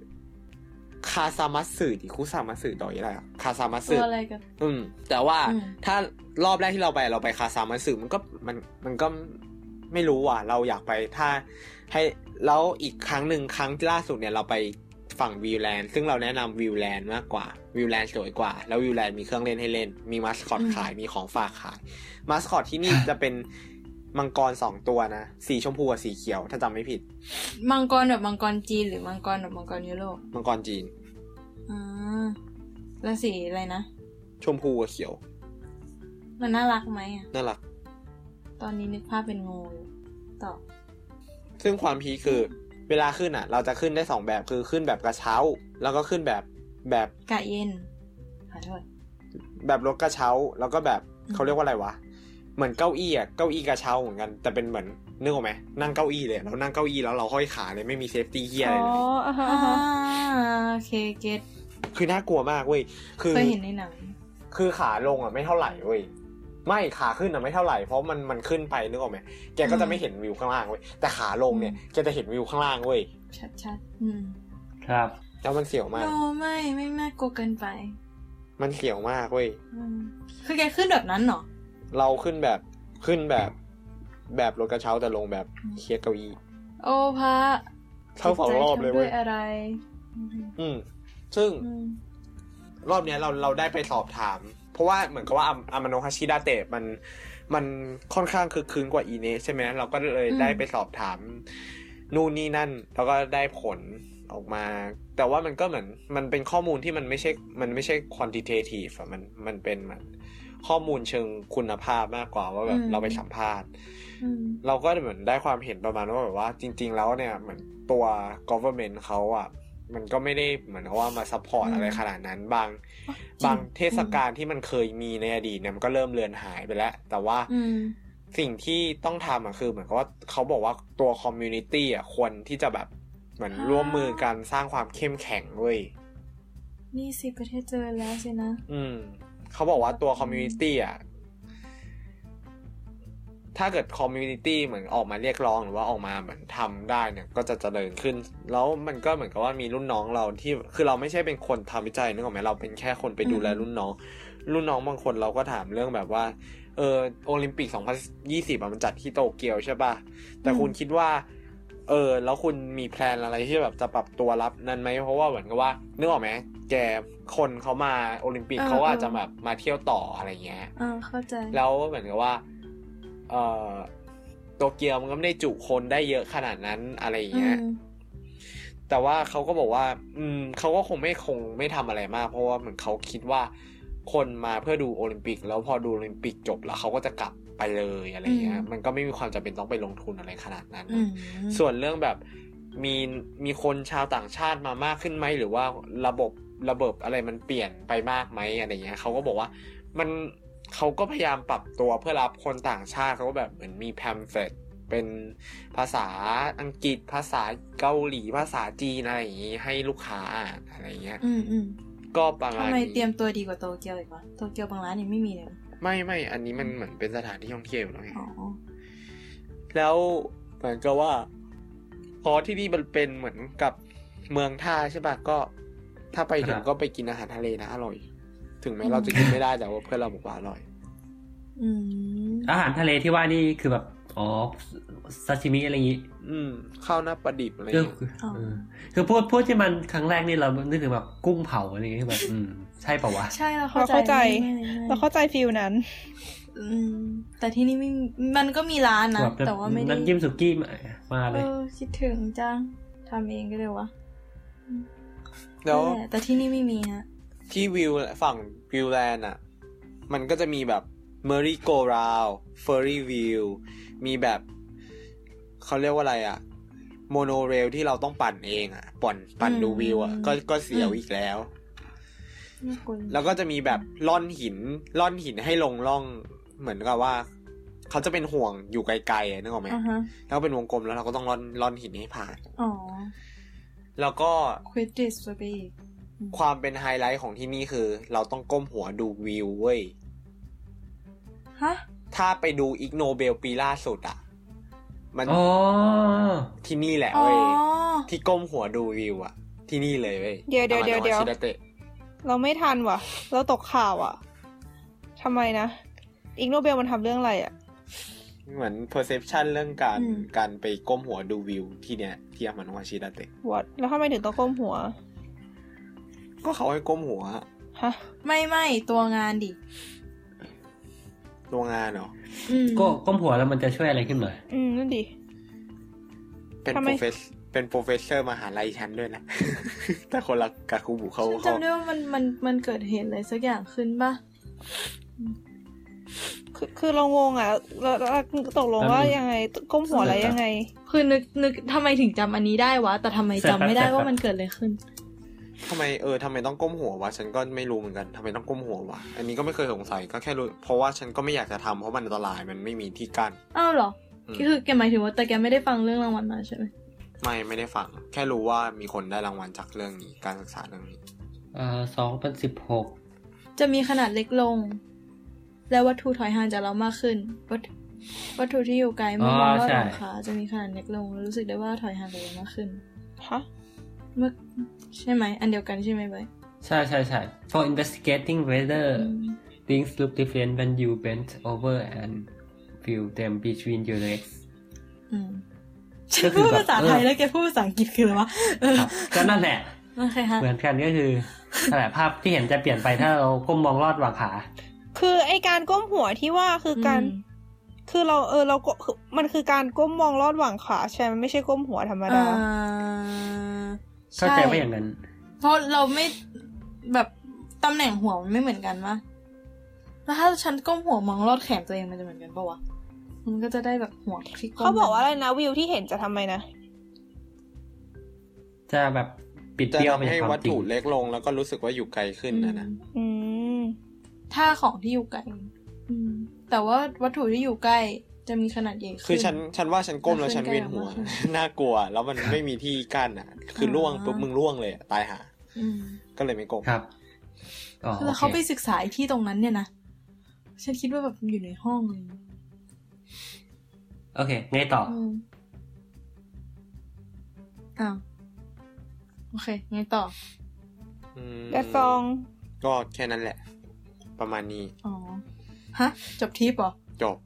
Speaker 4: คาซามาสึดิคุซามาสึดอยอะไรอะคาซามาสึ
Speaker 1: ตัวอะไรกัน
Speaker 4: อืมแต่ว่า
Speaker 1: อืม
Speaker 4: ถ้ารอบแรกที่เราไปเราไปคาซามันสึมันก็มันมันก็ไม่รู้อ่ะ เราอยากไปถ้าให้แล้วอีกครั้งหนึ่งครั้งล่าสุดเนี่ยเราไปฝั่งวิวแลนด์ซึ่งเราแนะนำวิวแลนด์มากกว่าวิวแลนด์สวยกว่า แล้ววิวแลนด์มีเครื่องเล่นให้เล่น มีมาสคอตขายมีของฝากขายมาสคอตที่นี่จะเป็นมังกรสองตัวนะ สีชมพูกับสีเขียว ถ้าจำไม่ผิด
Speaker 1: มังกรแบบมังกรจีนหรือมังกรแบบมังกรยุโรป
Speaker 4: มังกรจีน
Speaker 1: อ่าแล้วสีอะไรนะ
Speaker 4: ชมพูกับเขียว
Speaker 1: มันน่ารักไหมอะ
Speaker 4: น่ารัก
Speaker 1: ตอนนี้นึกภาพเป็นงูอยู่ต่อ
Speaker 4: ซึ่งความพีคคือเวลาขึ้นอ่ะ เราจะขึ้นได้สองแบบคือขึ้นแบบกระเช้า แล้วก็ขึ้นแบบแบบ
Speaker 1: กะเย็นขอโทษ
Speaker 4: แบบรถกระเช้า แล้วก็แบบ
Speaker 1: อืม
Speaker 4: เขาเรียกว่าอะไรวะเหมือนเก้าอี้อ่ะเก้าอี้กระเช้าเหมือนกัน แต่เป็นเหมือนนึกออกไหมนั่งเก้าอี้เลยเรานั่งเก้าอี้แล้วเราห้อยขาเลยไม่มีเซฟตี้เฮีย
Speaker 3: อ๋
Speaker 4: อะไร
Speaker 3: อ
Speaker 4: เลย
Speaker 3: อ่าฮะ
Speaker 1: อ่า
Speaker 3: อ่าฮะ
Speaker 1: โอเคเก็ต
Speaker 4: คือน่ากลัวมากเว้ยคือ
Speaker 1: เคยเห็นในหนัง
Speaker 4: คือขาลงอ่ะไม่เท่าไหร่เว้ยไม่ขาขึ้นอ่ะไม่เท่าไหร่เพราะมันมันขึ้นไปนึกออกไหมแกก็จะไม่เห็นวิวข้างล่างเว้ยแต่ขาลงเนี่ยแกจะเห็นวิวข้างล่างเว้ย
Speaker 1: ชัดๆ อืม
Speaker 2: ครับ
Speaker 4: แล้วมันเสียวมาก
Speaker 1: โนไม่ไม่งน่ากลัวเกินไป
Speaker 4: มันเสียวมากเว้ย
Speaker 1: อืมคือแกขึ้นแบบนั้นเหรอ
Speaker 4: เราขึ้นแบบขึ้นแบบแบบรถกระเช้าแต่ลงแบบเคียเก้าอี้
Speaker 1: โอพระ
Speaker 4: เท่าสองรอบเลยเว้ย
Speaker 1: จิตใจทำด้อะไรอืม
Speaker 4: อืม ซึ่ง
Speaker 1: อืม
Speaker 4: รอบเนี้ยเราเราได้ไปสอบถาม เพราะว่าเหมือนกับว่าอาอามาโนฮาชิดาเตะมันมันค่อนข้างคือคืนกว่าอีเนสใช่ไหมเราก็เลย
Speaker 1: อืม
Speaker 4: ได้ไปสอบถาม นู่นนี่นั่น แล้วก็ได้ผลออกมา แต่ว่ามันก็เหมือนมันเป็นข้อมูลที่มันไม่ใช่ มันไม่ใช่ quantitative อะมันมันเป็นเหมือนข้อมูลเชิงคุณภาพมากกว่าว่าแบบเราไปสัมภาษณ์
Speaker 1: อืม
Speaker 4: เราก็เหมือนได้ความเห็นประมาณว่าแบบว่าจริง ๆ แล้วเนี่ยเหมือนตัว government เขาอ่ะ มันก็ไม่ได้เหมือนกับว่ามาซัพพอร์ต
Speaker 1: อืม
Speaker 4: อะไรขนาดนั้นบาง
Speaker 1: อ๋อจริง
Speaker 4: บางเทศกาลที่มันเคยมีในอดีตเนี่ยมันก็เริ่มเลือนหายไปแล้ว แต่ว่า
Speaker 1: อืม
Speaker 4: สิ่งที่ต้องทำอ่ะคือเหมือนกับว่าเขาบอกว่าตัวคอมมูนิตี้อ่ะควรที่จะแบบเหมือน
Speaker 1: อ่า
Speaker 4: ร่วมมือกันสร้างความเข้มแข็งเว้ย
Speaker 1: นี่สิประเทศเจอแล้วสินะ
Speaker 4: อืมเขาบอกว่าตัวคอมมูนิตี้อ่ะถ้าเกิดคอมมูนิตี้เหมือนออกมาเรียกร้องหรือว่าออกมาเหมือนทำได้เนี่ย ก็จะเจริญขึ้น แล้วมันก็เหมือนกับว่ามีรุ่นน้องเราที่คือเราไม่ใช่เป็นคนทำวิจัยนึกออกไหมเราเป็นแค่คนไปดูแล
Speaker 1: อืม
Speaker 4: รุ่นน้อง รุ่นน้องบางคนเราก็ถามเรื่องแบบว่า เออโอลิมปิก 2020อะมันจัดที่โตเกียวใช่ป่ะ แต่
Speaker 1: อืม
Speaker 4: คุณคิดว่า เออ แล้วคุณมีแพลนอะไรที่แบบจะปรับตัวรับนั้นไหม เพราะว่าเหมือนกับว่านึกออกไหมแกคนเขามาโอลิมปิกเขาอาจจะแบบมาเที่ยวต่ออะไรเงี้ย
Speaker 1: อ่าเข้าใจ
Speaker 4: แล้วเหมือนกับว่า เออโตเกียวมันก็ไม่ได้จุคนได้เยอะขนาดนั้นอะไรอย่างเงี้ย
Speaker 1: อืม
Speaker 4: แต่ว่าเขาก็บอกว่า อืมเขาก็คงไม่คงไม่ทำอะไรมาก เพราะว่าเหมือนเขาคิดว่า คนมาเพื่อดูโอลิมปิก แล้วพอดูโอลิมปิกจบแล้วเขาก็จะกลับไปเลยอะไรเงี้ย
Speaker 1: อืม
Speaker 4: มันก็ไม่มีความจำเป็นต้องไปลงทุนอะไรขนาดนั้น
Speaker 1: อืม
Speaker 4: ส่วนเรื่องแบบมีมีคนชาวต่างชาติมามากขึ้นไหมหรือว่าระบบระบบอะไรมันเปลี่ยนไปมากไหมอะไรเงี้ยเขาก็บอกว่ามันเขาก็พยายามปรับตัวเพื่อรับคนต่างชาติเขาก็แบบเหมือนมีแพมเฟลตเป็นภาษาอังกฤษภาษาเกาหลีภาษาจีนอะไรอย่างงี้ให้ลูกค้าอ่านอะไรเงี้ย
Speaker 1: อืมอืม
Speaker 4: ก็ประมาณ
Speaker 1: ทำไม
Speaker 4: นี้
Speaker 1: เตรียมตัวดีกว่าโตเกียวอีกวะโตเกียวบางร้านยังไม่มีเลย
Speaker 4: ไม่ไม่อันนี้มันเหมือนเป็นสถานที่ท่องเที่ยวอยู่แล้วไง
Speaker 1: อ๋อ
Speaker 4: แล้วเหมือนกับว่า พอที่นี่มันเป็นเหมือนกับเมืองท่าใช่ปะก็ ถ้าไปถึ
Speaker 2: ค
Speaker 4: ง
Speaker 2: รับ
Speaker 4: ก็ไปกินอาหารทะเลนะอร่อย ถึงแม้
Speaker 1: อืม
Speaker 4: เราจะกินไม่ได้แต่ว่าเพื่อนเราบอกว่าอร่อย
Speaker 1: อืม
Speaker 2: อาหารทะเลที่ว่านี่คือแบบอ๋อซาชิมิอะไรอย่างงี้
Speaker 4: อืมข้าวหน้าปลาดิบอะไร
Speaker 2: คือ
Speaker 4: เงี้ย
Speaker 1: อ๋อ
Speaker 2: เออคือพูดพูดที่มันครั้งแรกนี่เรานึกถึงแบบกุ้งเผาอะไรอย่างงี้คือแบบอืมใช่ปะวะ
Speaker 1: ใช่เรา
Speaker 3: เราเข้าใจ
Speaker 1: ไม่ไม่ไม่
Speaker 3: เราเข้าใจฟิลนั้น
Speaker 1: อืมแต่ที่นี่ไม่มีมันก็มีร้านนะ
Speaker 2: แบบ
Speaker 1: แต่ว่าไม่ได้
Speaker 2: น้ำจิ้มสุกี้มามา
Speaker 1: เอ
Speaker 2: เลย
Speaker 1: อคิดถึงจังทำเองก็เลยวะ
Speaker 4: แล้ว
Speaker 1: นั่นหะแต่ที่นี่ไม่มีฮะ
Speaker 4: ที่วิวฝั่งวิวแลนด์อ่ะ มันก็จะมีแบบเมอรี่โกราวเฟอร์รี่วิวมีแบบเขาเรียกว่าอะไรอ่ะ โมโนเรลที่เราต้องปั่นเองอ่ะปั่นปั่นดูวิวอ่ะก็ก็เสียวอีกแล้ว
Speaker 1: น่ากลัว
Speaker 4: แล้วก็จะมีแบบล่อนหินล่อนหินให้ลงล่องเหมือนกับว่า เขาจะเป็นห่วงอยู่ไกลๆอะนึกออกไหม
Speaker 1: อ่าฮะ
Speaker 4: แล้วเป็นวงกลมแล้วเราก็ต้องล่อนล่อนหินให้ผ่าน
Speaker 1: อ๋อ
Speaker 4: แล้วก็
Speaker 1: ควิดดิสไปอีก
Speaker 4: ความเป็นไฮไลท์ของที่นี่คือ เราต้องก้มหัวดูวิวเว้ย
Speaker 1: ฮะ
Speaker 4: ถ้าไปดูอีกโนเบลปีล่าสุดอะมัน
Speaker 2: อ๋อ
Speaker 4: ที่นี่แหละ
Speaker 1: อ๋อ
Speaker 4: เว้ยที่ก้มหัวดูวิวอะที่นี่เลยเว้ย
Speaker 3: เดี๋ยวเดี๋ยวเดี๋ยวเดี๋ยว
Speaker 4: อามาจากาชิดาเตะ
Speaker 3: เราไม่ทันว่ะ เราตกข่าวอ่ะทำไมนะ อีกโนเบลมันทำเรื่องอะไรอ่ะ
Speaker 4: เหมือน perception เรื่องการ
Speaker 1: อืม
Speaker 4: การไปก้มหัวดูวิว ที่เนี้ยที่อามันวาชิดาเตะ
Speaker 3: what แล้วทำไมถึงต้องก้มหัว
Speaker 4: ก็เขาให้ก้มหัว
Speaker 3: ฮะ
Speaker 1: ไม่ไม่ตัวงานดิ
Speaker 4: โรงงานเหรอ
Speaker 1: อืม
Speaker 2: ก็ก้มหัวแล้วมันจะช่วยอะไรขึ้นเหรอ
Speaker 3: อืม นั่นดิ
Speaker 4: เป็น
Speaker 3: ทำ
Speaker 4: โป
Speaker 3: ไม
Speaker 4: รเฟส เป็นโปรเฟสเซอร์มหาลัยชั้นด้วยนะ *laughs* แต่คนละกับครูบุเขา
Speaker 1: ฉัน
Speaker 4: เขา
Speaker 1: จำได้ว่ามันมันมันเกิดเหตุอะไรสักอย่างขึ้นปะ
Speaker 3: คือคือเรางงอ่ะเราเราตกลงว่ายังไง ก้มหัวอะไรยังไง
Speaker 1: คือนึกนึกทำไมถึงจำอันนี้ได้วะ แต่ทำไมจำไม่ได้
Speaker 2: ใช่ครับ
Speaker 1: ว่ามันเกิดอะไรขึ้น
Speaker 4: ทำไมเออทำไมต้องก้มหัววะ ฉันก็ไม่รู้เหมือนกันทำไมต้องก้มหัววะ อันนี้ก็ไม่เคยสงสัย ก็แค่รู้ เพราะว่าฉันก็ไม่อยากจะทำเพราะมันอันตราย มันไม่มีที่กั้น
Speaker 1: อ้าวเหรอ
Speaker 4: อืม
Speaker 1: คือแกหมายถึงว่าแต่แกไม่ได้ฟังเรื่องรางวัลมาใช่ไหม
Speaker 4: ไม่ ไม่ได้ฟัง แค่รู้ว่ามีคนได้รางวัลจากเรื่องนี้ การศึกษาเรื่องนี้
Speaker 2: อ่าสองพันสิบหก
Speaker 1: จะมีขนาดเล็กลง และวัตถุถอยห่างจากเรามากขึ้น วัตถุวัตถุที่อยู่ไกลเมื่อมองรอบของขาจะมีขนาดเล็กลงและรู้สึกได้ว่าถอยห่างจากเรามากขึ้น
Speaker 3: ฮะ
Speaker 1: เมื่อใช่ไหมอันเดียวกันใช่ไหมไบร์ท
Speaker 2: ใช่ใช่ใช่ for investigating whether
Speaker 1: อืม
Speaker 2: things look different when you bend over and feel them between your legs
Speaker 1: อืม
Speaker 2: ก็
Speaker 1: ฉัน
Speaker 2: คื
Speaker 1: พู
Speaker 2: อ
Speaker 1: ด
Speaker 2: แบบ
Speaker 1: ภาษา
Speaker 2: เออ
Speaker 1: ไทยแล้วแกพูดภาษาอังกฤษคืออะไรวะเออ
Speaker 2: ครับก็นั่นแหละ
Speaker 1: โอเคฮะ
Speaker 2: เหมือนกันก็
Speaker 1: *laughs*
Speaker 2: คือนั่นแหละภาพที่เห็นจะเปลี่ยนไปถ้าเราก้มมองลอดหว่างขา
Speaker 3: คือไอการก้มหัวที่ว่าคือการ
Speaker 1: อืม
Speaker 3: คือเราเออเราก็คือมันคือการก้มมองลอดหว่างขาใช่ไหมมันไม่ใช่ก้มหัวธรรมดา
Speaker 1: เอ่อ
Speaker 2: เข้าใจว่าอย่างนั้น
Speaker 1: เพราะเราไม่แบบตำแหน่งหัวมันไม่เหมือนกันวะแล้วถ้าฉันก้มหัวมองลอดแขนตัวเองมันจะเหมือนกันปะวะ มันก็จะได้แบบหัวที่ก้ม
Speaker 3: เขาบอกว่าอะไรนะวิวที่เห็นจะทำไมนะ
Speaker 2: จะแบบ ปิด
Speaker 4: จะ
Speaker 2: เบี้ยวไป
Speaker 4: ทำให้
Speaker 2: จากค
Speaker 4: วั
Speaker 2: วา
Speaker 4: ต
Speaker 2: มจริง
Speaker 4: ถุเล็กลงแล้วก็รู้สึกว่าอยู่ไกลขึ้นนะนะ
Speaker 3: อืม
Speaker 1: ถ้าของที่อยู่ไกลอืม แต่ว่าวัตถุที่อยู่ใกล้จะมีขนาดใหญ่ขึ้น
Speaker 4: คือฉันฉันว่าฉันก้มแล้ว
Speaker 1: ฉั
Speaker 4: ฉั
Speaker 1: น
Speaker 4: น
Speaker 1: ใกล้
Speaker 4: เวียนหัว
Speaker 1: มาก
Speaker 4: น่ากลัว แล้วมันไม่มีที่กั้นอ่ะ คือล่วงปุ๊บมึงล่วงเลยอะตายหา
Speaker 1: อืม
Speaker 4: ก็เลยไม่ก้ม
Speaker 2: ครับอ๋อ
Speaker 1: คือแล้ว
Speaker 2: โอ
Speaker 1: เขาไป
Speaker 2: เค
Speaker 1: ศึกษาไอ้ที่ตรงนั้นเนี่ยนะฉันคิดว่าแบบมันอยู่ในห้องเลย
Speaker 2: โอเคไงต่อ
Speaker 1: อืมอ้าวโอเคไงต่อ
Speaker 4: อืม
Speaker 3: และซอง
Speaker 4: ก็แค่นั้นแหละ ประมาณนี้
Speaker 1: อ๋อ ฮะ จบทริปเหรอ
Speaker 4: จบ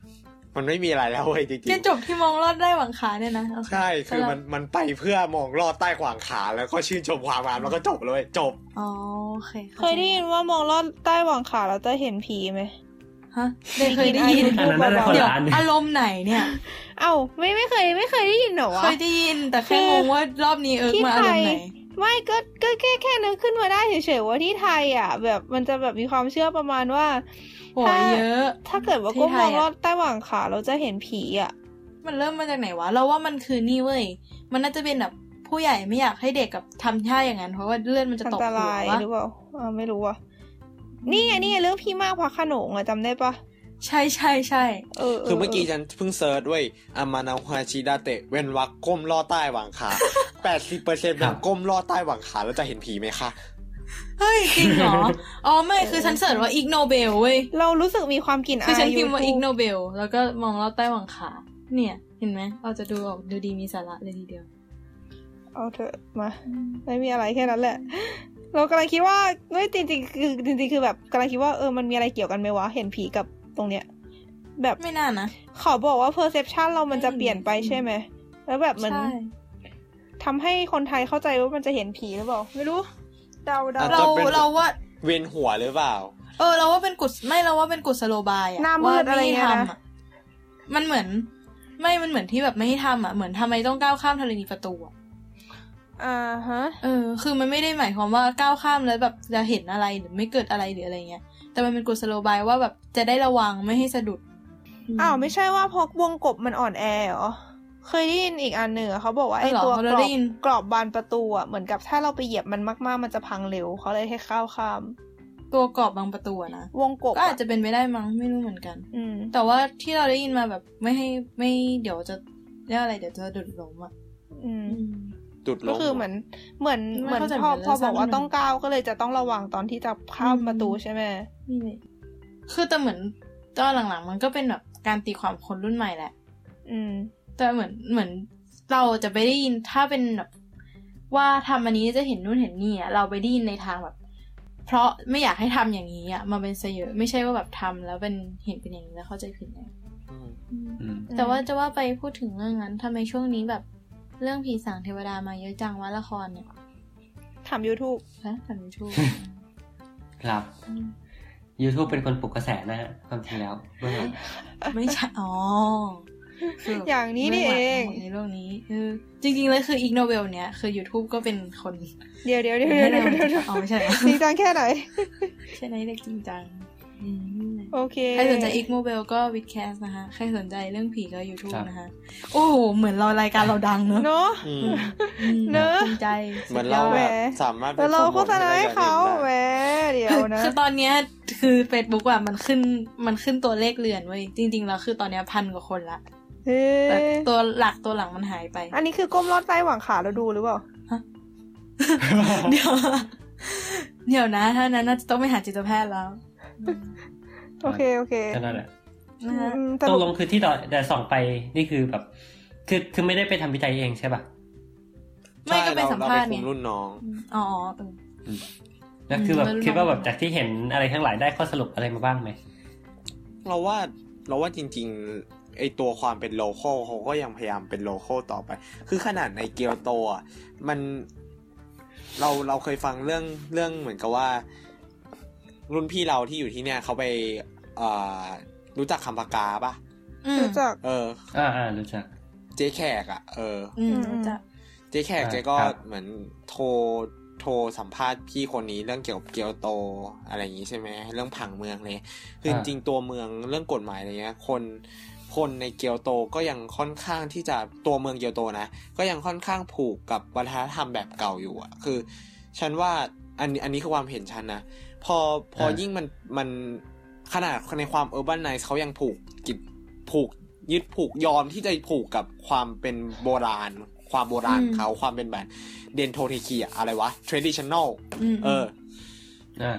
Speaker 4: มันไม่มีอะไรแล้วเว้ยจริงๆ
Speaker 1: แค่จบที่มองลอดได้หวังขาเนี่ยนะโอเค
Speaker 4: ใช่ คือมันมันไปเพื่อมองลอดใต้ขวางขาแล้วก็ชื่นชมความงามแล้วก็จบเลยจบ
Speaker 1: อ๋อโอเค
Speaker 3: เคยได้ยินว่ามองลอดใต้หว่างขาแล้วจะเห็นผีไหม
Speaker 1: ฮะได้เคยได้ยิน
Speaker 2: อันนั้นน่าจะคน
Speaker 1: เดี๋ยว
Speaker 2: ละอัน
Speaker 1: อารมณ์ไหนเนี่ย
Speaker 3: เอ้าไม่ไม่เคยไม่เคยได้ยินเหรอวะ
Speaker 1: เคยได้ยิน แต่แค่
Speaker 3: คื
Speaker 1: ง
Speaker 3: อง
Speaker 1: ว่ารอบนี้เอิร์ก
Speaker 3: ที่
Speaker 1: มาอารมณ์
Speaker 3: ไทย
Speaker 1: ไหน
Speaker 3: ไม่ก็ก็แค่แค่นึกขึ้นมาได้เฉยๆว่าที่ไทยอ่ะ แบบมันจะแบบมีความเชื่อประมาณว่า
Speaker 1: โหัว
Speaker 3: ถ้า
Speaker 1: เยอะ
Speaker 3: ถ้าเกิดว่า
Speaker 1: ที่
Speaker 3: ก้ม
Speaker 1: ไท
Speaker 3: มอย งลอดใต้หว่างขาเราจะเห็นผีอ่ะ
Speaker 1: มันเริ่มมาจากไหนวะ เราว่ามันคือนี่เว้ย มันน่าจะเป็นแบบผู้ใหญ่ไม่อยากให้เด็กกับทำท่าอย่างนั้น เพราะว่าเลือดมันจะ
Speaker 3: อัน
Speaker 1: ตก
Speaker 3: ต
Speaker 1: หัว
Speaker 3: รายว
Speaker 1: ะ
Speaker 3: หรือเปล่าอ่าไม่รู้อ่ะนี่ไงนี่ไงเรื่องพี่มากพระโขนงอ่ะจำได้ปะ
Speaker 1: ใช่ใช่ใช่
Speaker 3: เออ
Speaker 4: คือเมื่อกี้ฉันเพิ่งเซิร์ชเว้ยอามานาฮาชิดาเตะเว้นวักก้มลอดใต้หว่างขา 80%เนี่ยก้มลอดใต้หว่างขาแล้วจะเห็นผีไหมคะ
Speaker 1: เฮ้ย จริงเหรอ อ๋อ ไม่ คือฉันเสิร์ชว่าอิกโนเบลเว้ย
Speaker 3: เรารู้สึกมีความกลิ่น
Speaker 1: คือ
Speaker 3: อา
Speaker 1: ฉัน
Speaker 3: ย
Speaker 1: พิมพ์ว่า
Speaker 3: ทูบ
Speaker 1: อิกโนเบลแล้วก็มองลอดใต้หวังขา เนี่ย เห็นไหมเราจะดูออกดูดีมีสาระเลยทีเดียว
Speaker 3: เอาเถอะมา ไม่มีอะไรแค่นั้นแหละ เรากำลังคิดว่าไม่จริงๆคือจริงๆคือแบบกำลังคิดว่าเออมันมีอะไรเกี่ยวกันไหมวะเห็นผีกับตรงเนี้ย แบบ
Speaker 1: ไม่น่านะ
Speaker 3: ขอบอกว่า perception เรามันจะเปลี่ยนไป
Speaker 1: อืม
Speaker 3: ใช่ไหมแล้วแบบมัน
Speaker 1: ใช่
Speaker 3: ทำให้คนไทยเข้าใจว่ามันจะเห็นผีหรือเปล่าไม่รู้ เดาเดา
Speaker 4: อาจ
Speaker 1: เรา
Speaker 4: จะเป็น
Speaker 1: เราว่า
Speaker 4: เวียนหัวหรือเปล่า
Speaker 1: เออเราว่าเป็นกุศไม่เราว่าเป็นกุศโลบายอะ
Speaker 3: หน้ามื
Speaker 1: ว่า
Speaker 3: ดอะไรอย่างเงี้ย
Speaker 1: ให้
Speaker 3: นะ
Speaker 1: ทำอะมันเหมือน ไม่มันเหมือนที่แบบไม่ให้ทำอ่ะเหมือนทำไมต้องก้าวข้ามธรณีประตูอะ
Speaker 3: อ่าฮะ
Speaker 1: เออคือมันไม่ได้หมายความว่าก้าวข้ามแล้วแบบจะเห็นอะไรหรือไม่เกิดอะไรหรืออะไรเงี้ย แต่มันเป็นกุศโลบายว่าแบบจะได้ระวังไม่ให้สะดุด
Speaker 3: อ้าวไม่ใช่ว่าพกวงกบมันอ่อนแอเหรอ เคยได้ยินอีกอันหนึ่งอะเขาบอกว่าไอ้
Speaker 1: เหรอ
Speaker 3: ตัวกร
Speaker 1: เรา
Speaker 3: อบ
Speaker 1: ได้ยิน
Speaker 3: กรอบบานประตูอะเหมือนกับถ้าเราไปเหยียบมันมากๆ มันจะพังเร็วเขาเลยให้ข้าวข้าม
Speaker 1: ตัวกรอบบางประตูอะนะ
Speaker 3: วงกบ
Speaker 1: ก็อาจจะเป็นไปได้มั้งไม่รู้เหมือนกัน
Speaker 3: อืม
Speaker 1: แต่ว่าที่เราได้ยินมาแบบไม่ให้ไม่เดี๋ยวจะเรียกอะไรเดี๋ยวจะสะดุดล้มอ่ะ
Speaker 3: อืม
Speaker 1: อืม
Speaker 4: จุดล
Speaker 3: ก็
Speaker 4: ง
Speaker 3: คือเหมือนเหมือน
Speaker 1: ไม่
Speaker 3: เหมือน
Speaker 1: เข้าใจ
Speaker 3: พอ
Speaker 1: เหมือน
Speaker 3: พอ
Speaker 1: เรื่อง
Speaker 3: บอกว่า
Speaker 1: สั้นๆ
Speaker 3: ต้องก้าวก็เลยจะต้องระวังตอนที่จะข้าม
Speaker 1: อืม
Speaker 3: ประตูใช่ไหม
Speaker 1: นี่เลยคือแต่เหมือนตอนหลังๆ มันก็เป็นแบบการตีความคนรุ่นใหม่แหละ
Speaker 3: อืม
Speaker 1: แต่เหมือนเหมือนเราจะไปได้ยินถ้าเป็นแบบว่าทำอันนี้จะเห็นนู่นเห็นนี่อ่ะเราไปได้ยินในทางแบบ เพราะไม่อยากให้ทำอย่างนี้อ่ะมาเป็นซะเยอะไม่ใช่ว่าแบบทำแล้วเป็นเห็นเป็นอย่างนี้แล้วเข้าใจผิดนะ
Speaker 4: อืม
Speaker 2: อืม
Speaker 1: แต่ว่าจะว่าไปพูดถึงเรื่องนั้นทำไมช่วงนี้แบบเรื่องผีสางเทวดามาเยอะจังวะละครเนี่ย
Speaker 3: ถาม YouTube
Speaker 1: ฮะทำยูทูบ
Speaker 2: ครับ YouTube เป็นคนปลุกกระแสนะฮะความจริงแล้วเบื้องหลัง
Speaker 1: ไม่ใช่ อ๋อคืแบบ
Speaker 3: อย่างนี้นี่เอง
Speaker 1: ไม่ไหวทั้หมดในโลกนี้เออจริงๆเลยคืออีกโนเวลเนี้ยคือ YouTube ก็เป็นคน
Speaker 3: เดี๋ยวเดี๋ยวเดี๋ยวเดี๋ยวเดี๋ยวเดี๋ยวเดี๋ยว
Speaker 1: อ๋อไม่ใช่เหรอ
Speaker 3: จริงจังแค่ไหน
Speaker 1: ใช่ไหมเด็กจริงจังอืมนั่นแหละ
Speaker 3: โอเค
Speaker 1: ใครสนใจอีกโมเบลก็วิดแคสนะคะ ใครสนใจเรื่องผีก็ YouTube
Speaker 2: ครับ
Speaker 1: นะคะ โอ้โห เหมือนเรารายการเราดังเนอะ
Speaker 3: เนาะ
Speaker 4: อืม
Speaker 1: อืม
Speaker 3: เนอะ
Speaker 1: จริงใจ
Speaker 4: เหมือนเรา
Speaker 1: สุดยอด
Speaker 4: แบบ
Speaker 3: แหม
Speaker 4: สามารถ
Speaker 3: แล้วเราโฆษณาให้เขาแหมเดี๋ยวนะ
Speaker 1: คือตอนเนี้ยคือ Facebook อ่ะมันขึ้นมันขึ้นตัวเลขเรือนเว้ยจริงๆแล้วคือตอนเนี้ยพันกว่าคนละ
Speaker 3: เฮ้
Speaker 1: แต่
Speaker 3: ย
Speaker 1: ตัวหลักตัวหลังมันหาย
Speaker 3: *laughs*
Speaker 1: ไป
Speaker 3: อันนี้คือก้มลอดใต้หว่างขาเราดูหรือเปล่า
Speaker 1: เดี๋ยวเดี๋ยวนะถ้านั้นน่าจะต้องไปหาจิตแพทย์แล้ว
Speaker 3: โอเค โอเค
Speaker 2: ก็นั่นแหละ
Speaker 1: นะฮะ
Speaker 3: อืม
Speaker 2: ต
Speaker 3: แต่
Speaker 2: กลงคือที่เราแต่ส่องไปนี่คือแบบ คือคือไม่ได้ไปทำวิจัยเองใช่ป่ะ
Speaker 1: ไม่ก็เป็นสัมภาษณ์
Speaker 4: เรไปคุ
Speaker 1: ไง
Speaker 4: มรุ่นน้อง
Speaker 1: อ๋อเออ
Speaker 2: แล้วคือแบบ
Speaker 1: อืม
Speaker 2: คิดว่าแบบจากที่เห็นอะไรทั้งหลายได้ข้อสรุปอะไรมาบ้างไหม
Speaker 4: เราว่าเราว่าจริงๆไอตัวความเป็นโลโก้เขาก็ยังพยายามเป็นโลโก้ต่อไป คือขนาดในเกียวโตอ่ะมันเราเราเคยฟังเรื่องเรื่องเหมือนกับว่า รุ่นพี่เราที่อยู่ที่เนี่ยเขาไปเอ่อรู้จักคำปากกาปะ
Speaker 1: อืม
Speaker 3: รู้จัก
Speaker 4: เออ
Speaker 2: อ่าอ่ารู้จัก
Speaker 4: เจ๊แขกอ่ะเออ
Speaker 1: อืม
Speaker 3: อืม
Speaker 1: รู้จะ
Speaker 4: เจ๊แขก
Speaker 2: อ่า
Speaker 4: เจ๊ก็
Speaker 2: ครับ
Speaker 4: เหมือนโทรโทรสัมภาษณ์พี่คนนี้เรื่องเกี่ยวกับเกียวโตอะไรอย่างนี้ใช่ไหมเรื่องผังเมืองเลยคืออา จริงๆตัวเมืองเรื่องกฎหมายอะไรเงี้ย คน คนในเกียวโตก็ยังค่อนข้างที่จะตัวเมืองเกียวโตนะ ก็ยังค่อนข้างผูกกับวัฒนธรรมแบบเก่าอยู่อะคือ ฉันว่าอันนี้อันนี้คือความเห็นฉันนะ พอพอ
Speaker 2: อ่ายิ่
Speaker 4: ยิ่งมันมันขนาดในความเออร์บันไนส์เขายังผูกกิจผูกยึดผูกยอมที่จะผูกกับความเป็นโบราณ ความโบราณ
Speaker 1: อืม
Speaker 4: เขาความเป็นแบบเดนโทเทคีอะอะไรวะ traditional
Speaker 1: ม
Speaker 4: เออ
Speaker 2: อ่า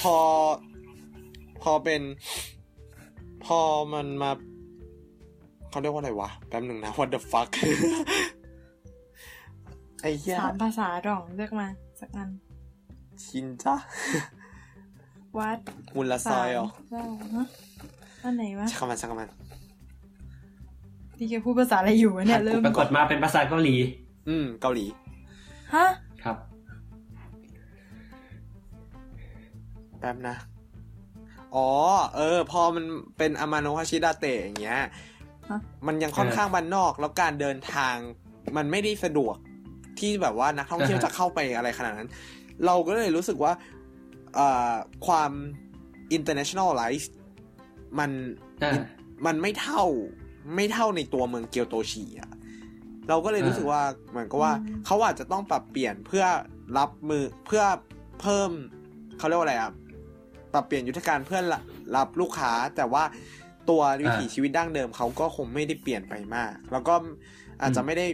Speaker 4: พอพอเป็น พอมันมาเขาเรียกว่าอะไรวะ แป๊บหนึ่งนะ what the fuck *laughs* ไอ้เหี้ย
Speaker 1: สามภาษาหร่องเลือกมา สักอัน
Speaker 4: ชินจ้า
Speaker 1: วัด
Speaker 4: *laughs* มุลาซ
Speaker 1: สา
Speaker 4: อ
Speaker 1: ม
Speaker 4: ยเหรอ
Speaker 1: เจ้าฮะอันไหนวะ
Speaker 4: ช่างมันช่างมัน
Speaker 1: พี่แกพูดภาษาอะไรอยู่วะเนี่ยเริ่ม
Speaker 2: ปรากฏมาเป็นภาษาเกาหลี
Speaker 4: อืม เกาหลี
Speaker 1: ฮะ
Speaker 2: ครับ
Speaker 4: แป๊บนะ อ๋อ เออ พอมันเป็นอามาโนะฮาชิดาเตะอย่างเงี้ย
Speaker 1: ะ
Speaker 4: มันยังค่อนข้างบ้านนอก แล้วการเดินทางมันไม่ได้สะดวกที่แบบว่านักท่องเที่ยว
Speaker 2: อ่าฮะ
Speaker 4: จะเข้าไปอะไรขนาดนั้น เราก็เลยรู้สึกว่าเอ่อความ internationalize มัน
Speaker 2: อ่า
Speaker 4: มันไม่เท่าไม่เท่าในตัวเมืองเกียวโตชิอะเราก็เลยรู้สึกว่าเหมือนกับว่า
Speaker 1: อืม
Speaker 4: เขาอาจจะต้องปรับเปลี่ยนเพื่อรับมือเพื่อเพิ่มเขาเรียกว่าอะไรอะปรับเปลี่ยนยุทธการเพื่อรับลูกค้า แต่ว่าตัววิถี
Speaker 2: อ่า
Speaker 4: ชีวิตดั้งเดิมเขาก็คงไม่ได้เปลี่ยนไปมาก แล้วก็อาจจะไม่ได้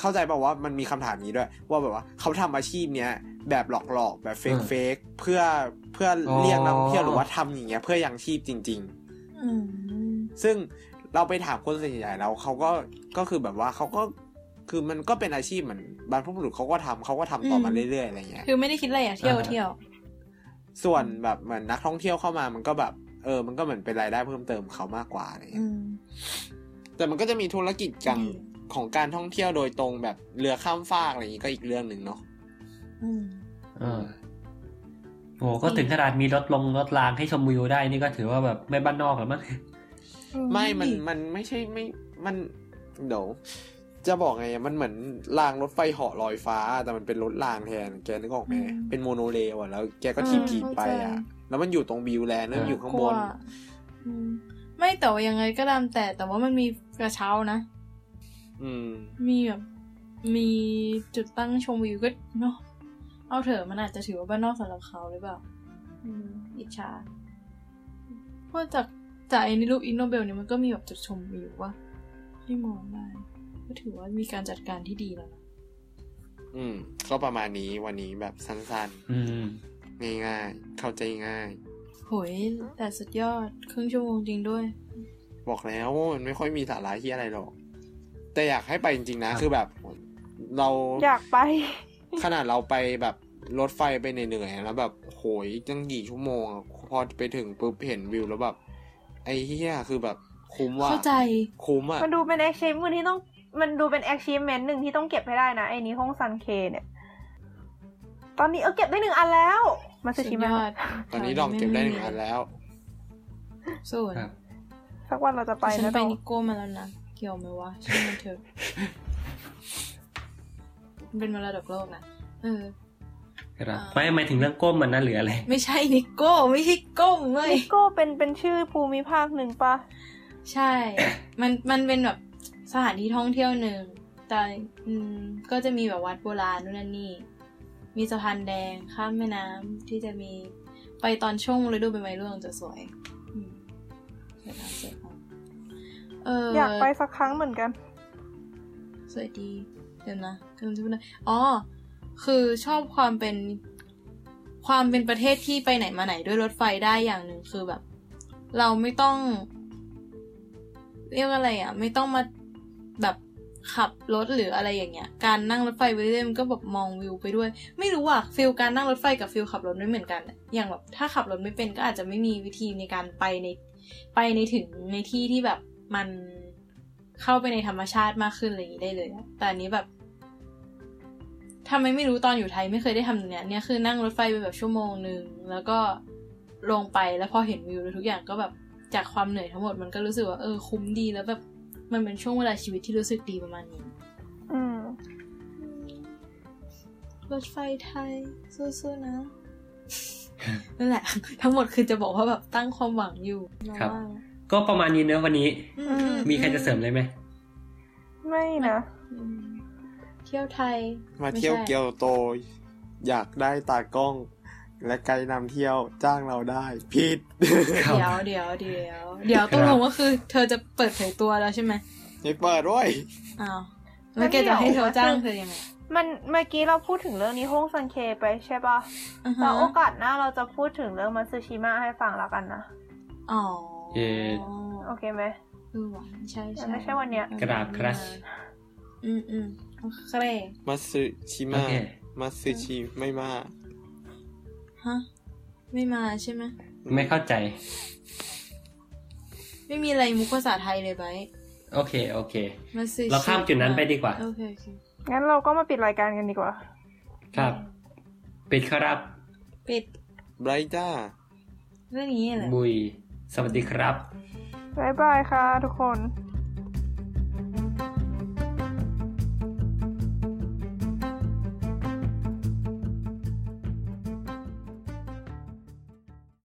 Speaker 4: เข้าใจป่าวว่ามันมีคำถามนี้ด้วย ว่าแบบว่าเขาทำอาชีพเนี้ยแบบหลอกๆ แบบเฟก
Speaker 2: อืม
Speaker 4: เฟกเพื่อเพื่ออ
Speaker 2: อ
Speaker 4: เรียกนักท่องเที่ยวหรือว่าทำอย่างเงี้ย เพื่อยังชีพจริง
Speaker 1: อืม
Speaker 4: ๆ ซึ่งเราไปถามคนส่วนใหญ่แล้วเขาก็ก็คือแบบว่าเขาก็คือมันก็เป็นอาชีพเหมือนบรรพบุรุษเขาก็ทำเขาก็ทำต่อมา
Speaker 1: อืม
Speaker 4: เรื่อยๆอะไรเงี้ย
Speaker 1: คือไม่ได้คิดอะไรอ่ะเที่ยว
Speaker 2: อ่าฮะ
Speaker 1: เที่ยว
Speaker 4: ส่วนแบบเหมือนนักท่องเที่ยวเข้ามามันก็แบบเออ มันก็เหมือนเป็นรายได้เพิ่มเติมเขามากกว่าอะไร
Speaker 1: อื
Speaker 4: เงี้ย
Speaker 1: ม
Speaker 4: แต่มันก็จะมีธุรกิจกัน
Speaker 1: อืม
Speaker 4: ของการท่องเที่ยวโดยตรงแบบเรือข้ามฟากอะไรอย่างงี้ก็อีกเรื่องหนึ่งเนาะ
Speaker 1: อืม
Speaker 2: อ่าโอ้ก็ถึงขนาดมีรถลงรถรางให้ชมวิวได้นี่ก็ถือว่าแบบไม่บ้านนอกแล้วมั้ง
Speaker 4: ไม่ มัน มันไม่ใช่ไม่ มัน เดี๋ยว จะบอกไงอะมันเหมือนรางรถไฟเหาะลอยฟ้า แต่มันเป็นรถรางแทน แกนึกออกไหม
Speaker 1: อืม
Speaker 4: เป็นโมโนเรลอะแล้วแกก็
Speaker 1: อืม
Speaker 4: ทีบทีบ
Speaker 1: เข้า
Speaker 4: ไป
Speaker 1: ใจ
Speaker 4: อะ แล้วมันอยู่ตรงบิวแลนด์แล้วมันอยู่ข้าง
Speaker 1: ก
Speaker 4: บน
Speaker 1: ลัวอืมไม่แต่ว่ายังไงก็ตามแต่แต่ว่ามันมีกระเช้านะ
Speaker 4: อืม
Speaker 1: มีแบบมีจุดตั้งชมวิวก็เนาะเอาเถอะมันอาจจะถือว่าบ้านนอกสำหรับเขาหรือเปล่า อืมอิจฉาเพราะจากจากไอ้ในรูปอินโนเบลเนี่ยมันก็มีแบบจุดชมวิวว่าที่มองได้ก็ถือว่ามีการจัดการที่ดีแล้วนะ
Speaker 4: อืม ก็ประมาณนี้วันนี้แบบสั้น
Speaker 2: อืม
Speaker 4: ๆ ง่ายๆ เข้าใจง่าย
Speaker 1: โหยแต่สุดยอดครึ่งชั่วโมงจริงด้วย
Speaker 4: บอกแล้วว่ามันไม่ค่อยมีสาระที่อะไรหรอก แต่อยากให้ไปจริงๆนะ
Speaker 2: ครับ
Speaker 4: คือแบบ เรา
Speaker 3: อยากไป *laughs*
Speaker 4: ขนาดเราไปแบบรถไฟไปเหนื่อยๆแล้วแบบโหยตั้งกี่ชั่วโมงอะพอไปถึงปุ๊บเห็นวิวแล้วแบบ ไอ้เหี้ยคือแบบคุ้มว่ะ
Speaker 1: เข้าใจ
Speaker 4: คุ้มอ่ะ
Speaker 3: มันดูเป็น achievement ที่ต้อง มันดูเป็น achievement หนึ่งที่ต้องเก็บให้ได้นะ ไอ้นี้ห้องซันเคเนี่ย ตอนนี้เอาเก็บได้หนึ่งอันแล้ว มันจะ
Speaker 1: สุด
Speaker 3: ชิ
Speaker 1: ย
Speaker 3: มะ
Speaker 1: อด
Speaker 4: ตอนนี้ลองเก็บได้หนึ่งอันแล้ว
Speaker 1: ส่วน
Speaker 2: ครับ
Speaker 3: สักวันเราจะไป
Speaker 1: ฉั
Speaker 3: นะ
Speaker 1: นไป
Speaker 3: ดอก
Speaker 1: นิโก้มาแล้วนะ เกี่ยวไหมวะช่วยมันเถอะมันเป็นมรดกโลกนะ เออ
Speaker 2: ครับไม่หมายถึงเรื่องก้มมันนะหรืออะไร
Speaker 1: ไม่ใช่นิโก้ไม่ใช่ก้มเลย
Speaker 3: นิโก้เป็นเป็นชื่อภูมิภาคหนึ่งปะ
Speaker 1: ใช่ มันมันเป็นแบบสถานที่ท่องเที่ยวหนึ่ง แต่อืมก็จะมีแบบวัดโบราณนู่นนั่นนี่ มีสะพานแดงข้ามแม่น้ำที่จะมีไปตอนช่วงฤดูใบไม้ร่วงจะสวยอืมสวยงามสวยงามเออ
Speaker 3: อ
Speaker 1: อ
Speaker 3: ยากไปสักครั้งเหมือนกัน
Speaker 1: สวยดี เดี๋ยวนะกำลังจะพูดนะอ๋อ คือชอบความเป็น ความเป็นประเทศที่ไปไหนมาไหนด้วยรถไฟได้อย่างหนึ่งคือแบบ เราไม่ต้อง เรียกว่าอะไรอ่ะ ไม่ต้องมาแบบขับรถหรืออะไรอย่างเงี้ย การนั่งรถไฟไปเรื่อยๆมันก็แบบมองวิวไปด้วย ไม่รู้อ่ะฟิลการนั่งรถไฟกับฟิลขับรถไม่เหมือนกันอะอย่างแบบถ้าขับรถไม่เป็นก็อาจจะไม่มีวิธีในการไปใน ไปในถึงในที่ที่แบบมันเข้าไปในธรรมชาติมากขึ้นอะไรอย่างนี้ได้เลยอะแต่อันนี้แบบทำไมไม่รู้ตอนอยู่ไทยไม่เคยได้ทำอย่างเนี้ยเนี่ยคือนั่งรถไฟไปแบบชั่วโมงหนึ่งแล้วก็ลงไปแล้วพอเห็นวิวแล้วทุกอย่างก็แบบจากความเหนื่อยทั้งหมดมันก็รู้สึกว่าเออคุ้มดีแล้วแบบมันเป็นช่วงเวลาชีวิตที่รู้สึกดีประมาณนี้
Speaker 3: อืม
Speaker 1: รถไฟไทยสู้ๆนะ นั่นแหละ ทั้งหมดคือจะบอกว่าแบบตั้งความหวังอยู่นะครับ ว่า
Speaker 2: ก็ประมาณนี้เนอะวันนี้
Speaker 1: อืม
Speaker 2: มีใครจะเสริมเลยไหม
Speaker 3: ไม่นะ
Speaker 1: อืมเที่ยวไทย
Speaker 4: มาเที่ยว
Speaker 1: ไใช่
Speaker 4: เกียวโต อยากได้ตากล้อง และไกด์นำเที่ยวจ้างเราได้ผิด *laughs*
Speaker 2: ครับ
Speaker 1: เดี๋ยวเดี๋ยวเดี๋ยวเดี๋ยวตกลงว่าคือ เธอจะเปิดเผยตัวแล้วใช่ไหม
Speaker 4: ไม่เปิดด้วย
Speaker 1: อ้าวแล้วแกจะให้เธอจ้างเธอยังไง
Speaker 3: มันเมื่อกี้เราพูดถึงเรื่องนี้ฮงซันเคไปใช่ปะ
Speaker 1: อ่าฮะ
Speaker 3: แล้วโอกาสหน้าเราจะพูดถึงเรื่องมัตสึชิมะให้ฟังแล้วกันนะ
Speaker 1: อ๋อ
Speaker 2: เอ่อ
Speaker 3: โอเคไหม
Speaker 1: เออว่ะใช่
Speaker 3: มั
Speaker 1: ใช่
Speaker 3: นไม่ใช่วันเนี้ย
Speaker 2: กราบครัช
Speaker 1: อืมอืมโอเค
Speaker 4: มัตสึชิ
Speaker 2: โอ
Speaker 4: มะ
Speaker 2: เค
Speaker 4: มัตสึชิไม่มา
Speaker 1: ฮะไม่มาใช่ไหม
Speaker 2: ไม่เข้าใจ
Speaker 1: ไม่มีอะไรมุกภาษาไทยเลยไบร์ท
Speaker 2: โอเค โอเค
Speaker 1: มาซื้อ
Speaker 2: เราข้ามจุดนั้นไปดีกว่า
Speaker 1: โอเคโอเค
Speaker 3: งั้นเราก็มาปิดรายการกันดีกว่า
Speaker 2: ครับ ปิดครับ
Speaker 1: ปิด
Speaker 4: ไบรท์จ้า
Speaker 1: เรื่องนี้เหรอ
Speaker 2: บุย สวัสดีครับ
Speaker 3: บ๊ายบายค่ะทุกคน